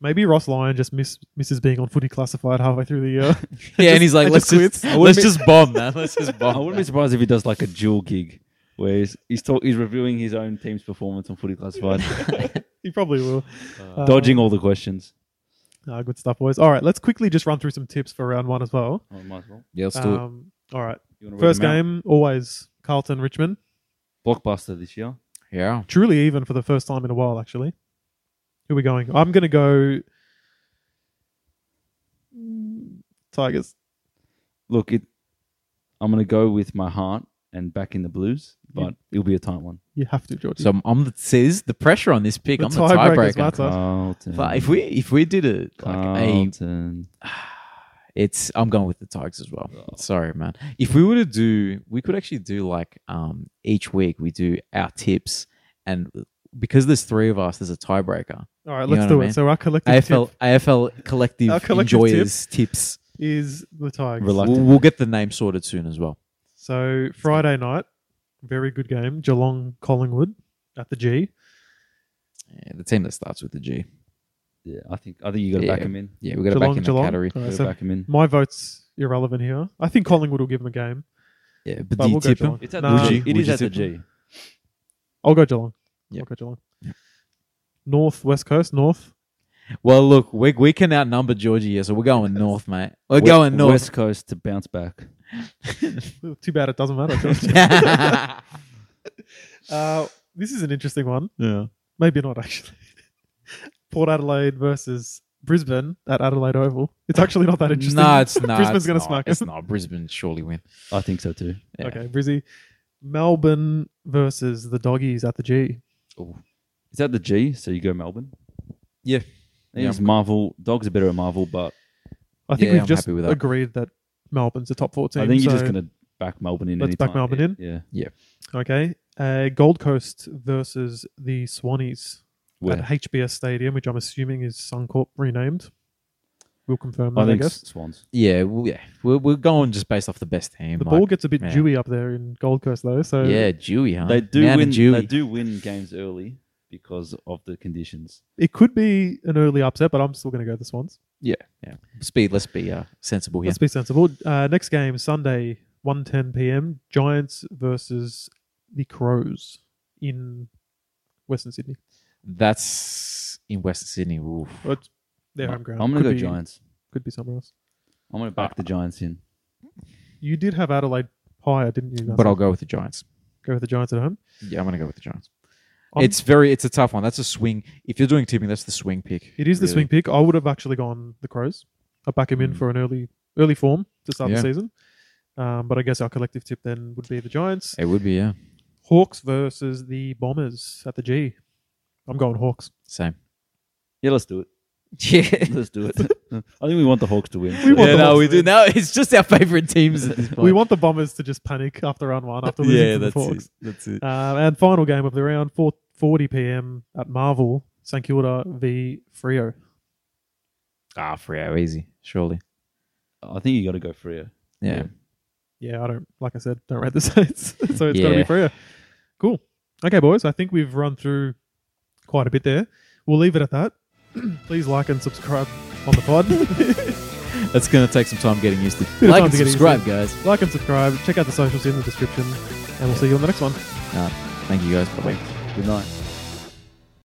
[SPEAKER 1] Maybe Ross Lyon just miss, misses being on footy classified halfway through the year.
[SPEAKER 3] Yeah, and he's like,
[SPEAKER 1] they
[SPEAKER 3] let's
[SPEAKER 1] just
[SPEAKER 3] just,
[SPEAKER 1] quit.
[SPEAKER 3] let's just bomb, man. Let's just
[SPEAKER 2] I
[SPEAKER 3] bomb.
[SPEAKER 2] wouldn't be surprised if he does like a dual gig where he's he's, talk, he's reviewing his own team's performance on Footy Classified,
[SPEAKER 1] he probably will. Uh,
[SPEAKER 2] dodging all the questions.
[SPEAKER 1] Ah, good stuff, boys. All right, let's quickly just run through some tips for round one as well.
[SPEAKER 2] Oh, might as well.
[SPEAKER 3] Yeah, let's do it.
[SPEAKER 1] Um, all right,
[SPEAKER 2] You wanna read
[SPEAKER 1] first
[SPEAKER 2] them out?
[SPEAKER 1] game always Carlton Richmond.
[SPEAKER 2] blockbuster this year.
[SPEAKER 3] Yeah,
[SPEAKER 1] Truly even for the first time in a while, actually. Who are we going? I'm going to go Mm, Tigers.
[SPEAKER 2] Look, it. I'm gonna go with my heart and back in the Blues, but it'll be a tight one.
[SPEAKER 1] You have to, Georgie.
[SPEAKER 3] so I'm, I'm the says the pressure on this pick.
[SPEAKER 1] The Oh.
[SPEAKER 3] I'm the
[SPEAKER 1] tiebreakers
[SPEAKER 3] tiebreaker.
[SPEAKER 1] matter.
[SPEAKER 2] Carlton.
[SPEAKER 3] But if we if we did it like a
[SPEAKER 2] Carlton.
[SPEAKER 3] It's I'm going with the Tigers as well.
[SPEAKER 1] Oh.
[SPEAKER 3] Sorry, man. If we were to do, we could actually do like um each week we do our tips, and because there's three of us, there's a tiebreaker.
[SPEAKER 1] all right,
[SPEAKER 3] you
[SPEAKER 1] let's
[SPEAKER 3] know what
[SPEAKER 1] do
[SPEAKER 3] I
[SPEAKER 1] it.
[SPEAKER 3] mean?
[SPEAKER 1] So our collective
[SPEAKER 3] AFL
[SPEAKER 1] tip
[SPEAKER 3] AFL collective,
[SPEAKER 1] Our collective
[SPEAKER 3] enjoyers tips.
[SPEAKER 1] is the Tigers.
[SPEAKER 2] Relax.
[SPEAKER 3] We'll, we'll get the name sorted soon as well.
[SPEAKER 1] So Friday night, very good game. Geelong Collingwood at the G.
[SPEAKER 3] Yeah, the team that starts with the G.
[SPEAKER 2] yeah, I think I think you gotta
[SPEAKER 3] Yeah.
[SPEAKER 2] back him in.
[SPEAKER 3] Yeah, we got to
[SPEAKER 1] Geelong,
[SPEAKER 3] back in
[SPEAKER 1] Geelong.
[SPEAKER 3] the category.
[SPEAKER 1] All right,
[SPEAKER 2] Gotta
[SPEAKER 1] so
[SPEAKER 2] back him in.
[SPEAKER 1] my vote's irrelevant here. I think Collingwood will give them a game,
[SPEAKER 3] Yeah, but,
[SPEAKER 1] but
[SPEAKER 3] do you
[SPEAKER 1] we'll go
[SPEAKER 3] tip him?
[SPEAKER 1] Geelong.
[SPEAKER 2] It's at
[SPEAKER 1] Nah,
[SPEAKER 2] the G.
[SPEAKER 3] Would
[SPEAKER 2] It
[SPEAKER 3] you
[SPEAKER 2] is at the
[SPEAKER 3] tip him?
[SPEAKER 2] G.
[SPEAKER 1] I'll go Geelong.
[SPEAKER 3] Yep.
[SPEAKER 1] I'll go Geelong. North West Coast North.
[SPEAKER 3] Well, look, we we can outnumber Georgie here, so we're going north, mate. We're
[SPEAKER 2] We-
[SPEAKER 3] going north.
[SPEAKER 2] West Coast to bounce back.
[SPEAKER 1] Too bad it doesn't matter. uh, this is an interesting one.
[SPEAKER 3] yeah.
[SPEAKER 1] Maybe not actually. Port Adelaide versus Brisbane at Adelaide Oval. It's actually not that interesting.
[SPEAKER 3] No, it's not.
[SPEAKER 1] Brisbane's
[SPEAKER 3] It's
[SPEAKER 1] going to
[SPEAKER 3] not.
[SPEAKER 1] smack us.
[SPEAKER 3] It's not. Brisbane surely win.
[SPEAKER 2] I think so too.
[SPEAKER 3] Yeah.
[SPEAKER 1] Okay, Brizzy. Melbourne versus the Doggies at the G.
[SPEAKER 2] It's at the G, so you go Melbourne.
[SPEAKER 3] Yeah.
[SPEAKER 2] I think It's
[SPEAKER 3] Yeah.
[SPEAKER 2] Marvel. Dogs are better at Marvel, but
[SPEAKER 1] I think
[SPEAKER 3] Yeah,
[SPEAKER 1] we've
[SPEAKER 3] I'm
[SPEAKER 1] just
[SPEAKER 3] happy with that.
[SPEAKER 1] agreed that Melbourne's a top four team.
[SPEAKER 2] I think you're
[SPEAKER 1] so-
[SPEAKER 2] just gonna back Melbourne in.
[SPEAKER 1] Let's back
[SPEAKER 2] anytime.
[SPEAKER 1] Melbourne
[SPEAKER 2] Yeah.
[SPEAKER 1] Okay. Uh, Gold Coast versus the Swannies
[SPEAKER 2] Where?
[SPEAKER 1] at HBS Stadium, which I'm assuming is Suncorp renamed. We'll confirm that,
[SPEAKER 2] I
[SPEAKER 1] I,
[SPEAKER 2] think
[SPEAKER 1] guess.
[SPEAKER 2] Swans.
[SPEAKER 3] Yeah, well, yeah. We're, we're going just based off the best team.
[SPEAKER 1] The
[SPEAKER 3] like-
[SPEAKER 1] ball gets a bit
[SPEAKER 3] yeah.
[SPEAKER 1] dewy up there in Gold Coast, though. So
[SPEAKER 3] yeah, Dewey, huh?
[SPEAKER 2] They do
[SPEAKER 3] Man
[SPEAKER 2] win.
[SPEAKER 3] Dewey.
[SPEAKER 2] They do win games early because of the conditions.
[SPEAKER 1] it could be an early upset, but I'm still going to go the Swans.
[SPEAKER 3] Yeah, yeah. Speed. Let's be uh, sensible
[SPEAKER 2] Oh,
[SPEAKER 3] here.
[SPEAKER 1] Let's be sensible. Uh, next game, Sunday, 1.10 p.m. Giants versus the Crows in Western Sydney.
[SPEAKER 3] That's in Western Sydney. Oof.
[SPEAKER 1] Well, it's their home ground.
[SPEAKER 2] I'm gonna
[SPEAKER 1] Could
[SPEAKER 2] go
[SPEAKER 1] be-
[SPEAKER 2] Giants.
[SPEAKER 1] Could be somewhere else.
[SPEAKER 2] I'm gonna
[SPEAKER 1] Ah.
[SPEAKER 2] back the Giants in.
[SPEAKER 1] You did have Adelaide higher, didn't you?
[SPEAKER 3] But
[SPEAKER 1] Nasa?
[SPEAKER 3] I'll go with the Giants.
[SPEAKER 1] go with the Giants at home.
[SPEAKER 3] Yeah, I'm gonna go with the Giants.
[SPEAKER 1] I'm-
[SPEAKER 3] it's very. It's a tough one. That's a swing. If you're doing tipping, that's the swing pick.
[SPEAKER 1] It is the
[SPEAKER 3] really.
[SPEAKER 1] swing pick. I would have actually gone the Crows. I back him in
[SPEAKER 3] Mm.
[SPEAKER 1] for an early early form to start
[SPEAKER 3] Yeah.
[SPEAKER 1] the season. Um, but I guess our collective tip then would be the Giants.
[SPEAKER 3] It would be yeah.
[SPEAKER 1] Hawks versus the Bombers at the G. I'm going Hawks.
[SPEAKER 3] Same.
[SPEAKER 2] Yeah, let's do it.
[SPEAKER 3] Yeah.
[SPEAKER 2] Let's do it. I think we want the Hawks to win.
[SPEAKER 1] We want
[SPEAKER 3] yeah,
[SPEAKER 1] the
[SPEAKER 3] no,
[SPEAKER 1] Hawks
[SPEAKER 3] we
[SPEAKER 1] to
[SPEAKER 3] do.
[SPEAKER 1] win.
[SPEAKER 3] Now it's just our favorite teams at this point.
[SPEAKER 1] we want the Bombers to just panic after round one after losing
[SPEAKER 3] yeah,
[SPEAKER 1] to the
[SPEAKER 3] that's
[SPEAKER 1] Hawks.
[SPEAKER 3] it. That's it.
[SPEAKER 1] Um, and final game of the round, 4:40 p.m. at Marvel, St Kilda v Frio.
[SPEAKER 3] Ah, free hour easy, surely.
[SPEAKER 2] I think you got to go Freo.
[SPEAKER 3] Yeah.
[SPEAKER 2] Yeah.
[SPEAKER 1] Yeah, I don't like I said, don't rate the Saints, so it's got to
[SPEAKER 3] Yeah.
[SPEAKER 1] be Frio. Cool. Okay, boys, I think we've run through quite a bit there. We'll leave it at that. Please like and subscribe on the pod.
[SPEAKER 3] That's gonna take some time getting used to.
[SPEAKER 1] of
[SPEAKER 3] Like
[SPEAKER 1] time
[SPEAKER 3] and
[SPEAKER 1] to get used to.
[SPEAKER 3] subscribe, guys.
[SPEAKER 1] like and subscribe. Check out the socials in the description, and we'll see you on the next one.
[SPEAKER 3] No, thank you guys. Bye bye.
[SPEAKER 2] Good night.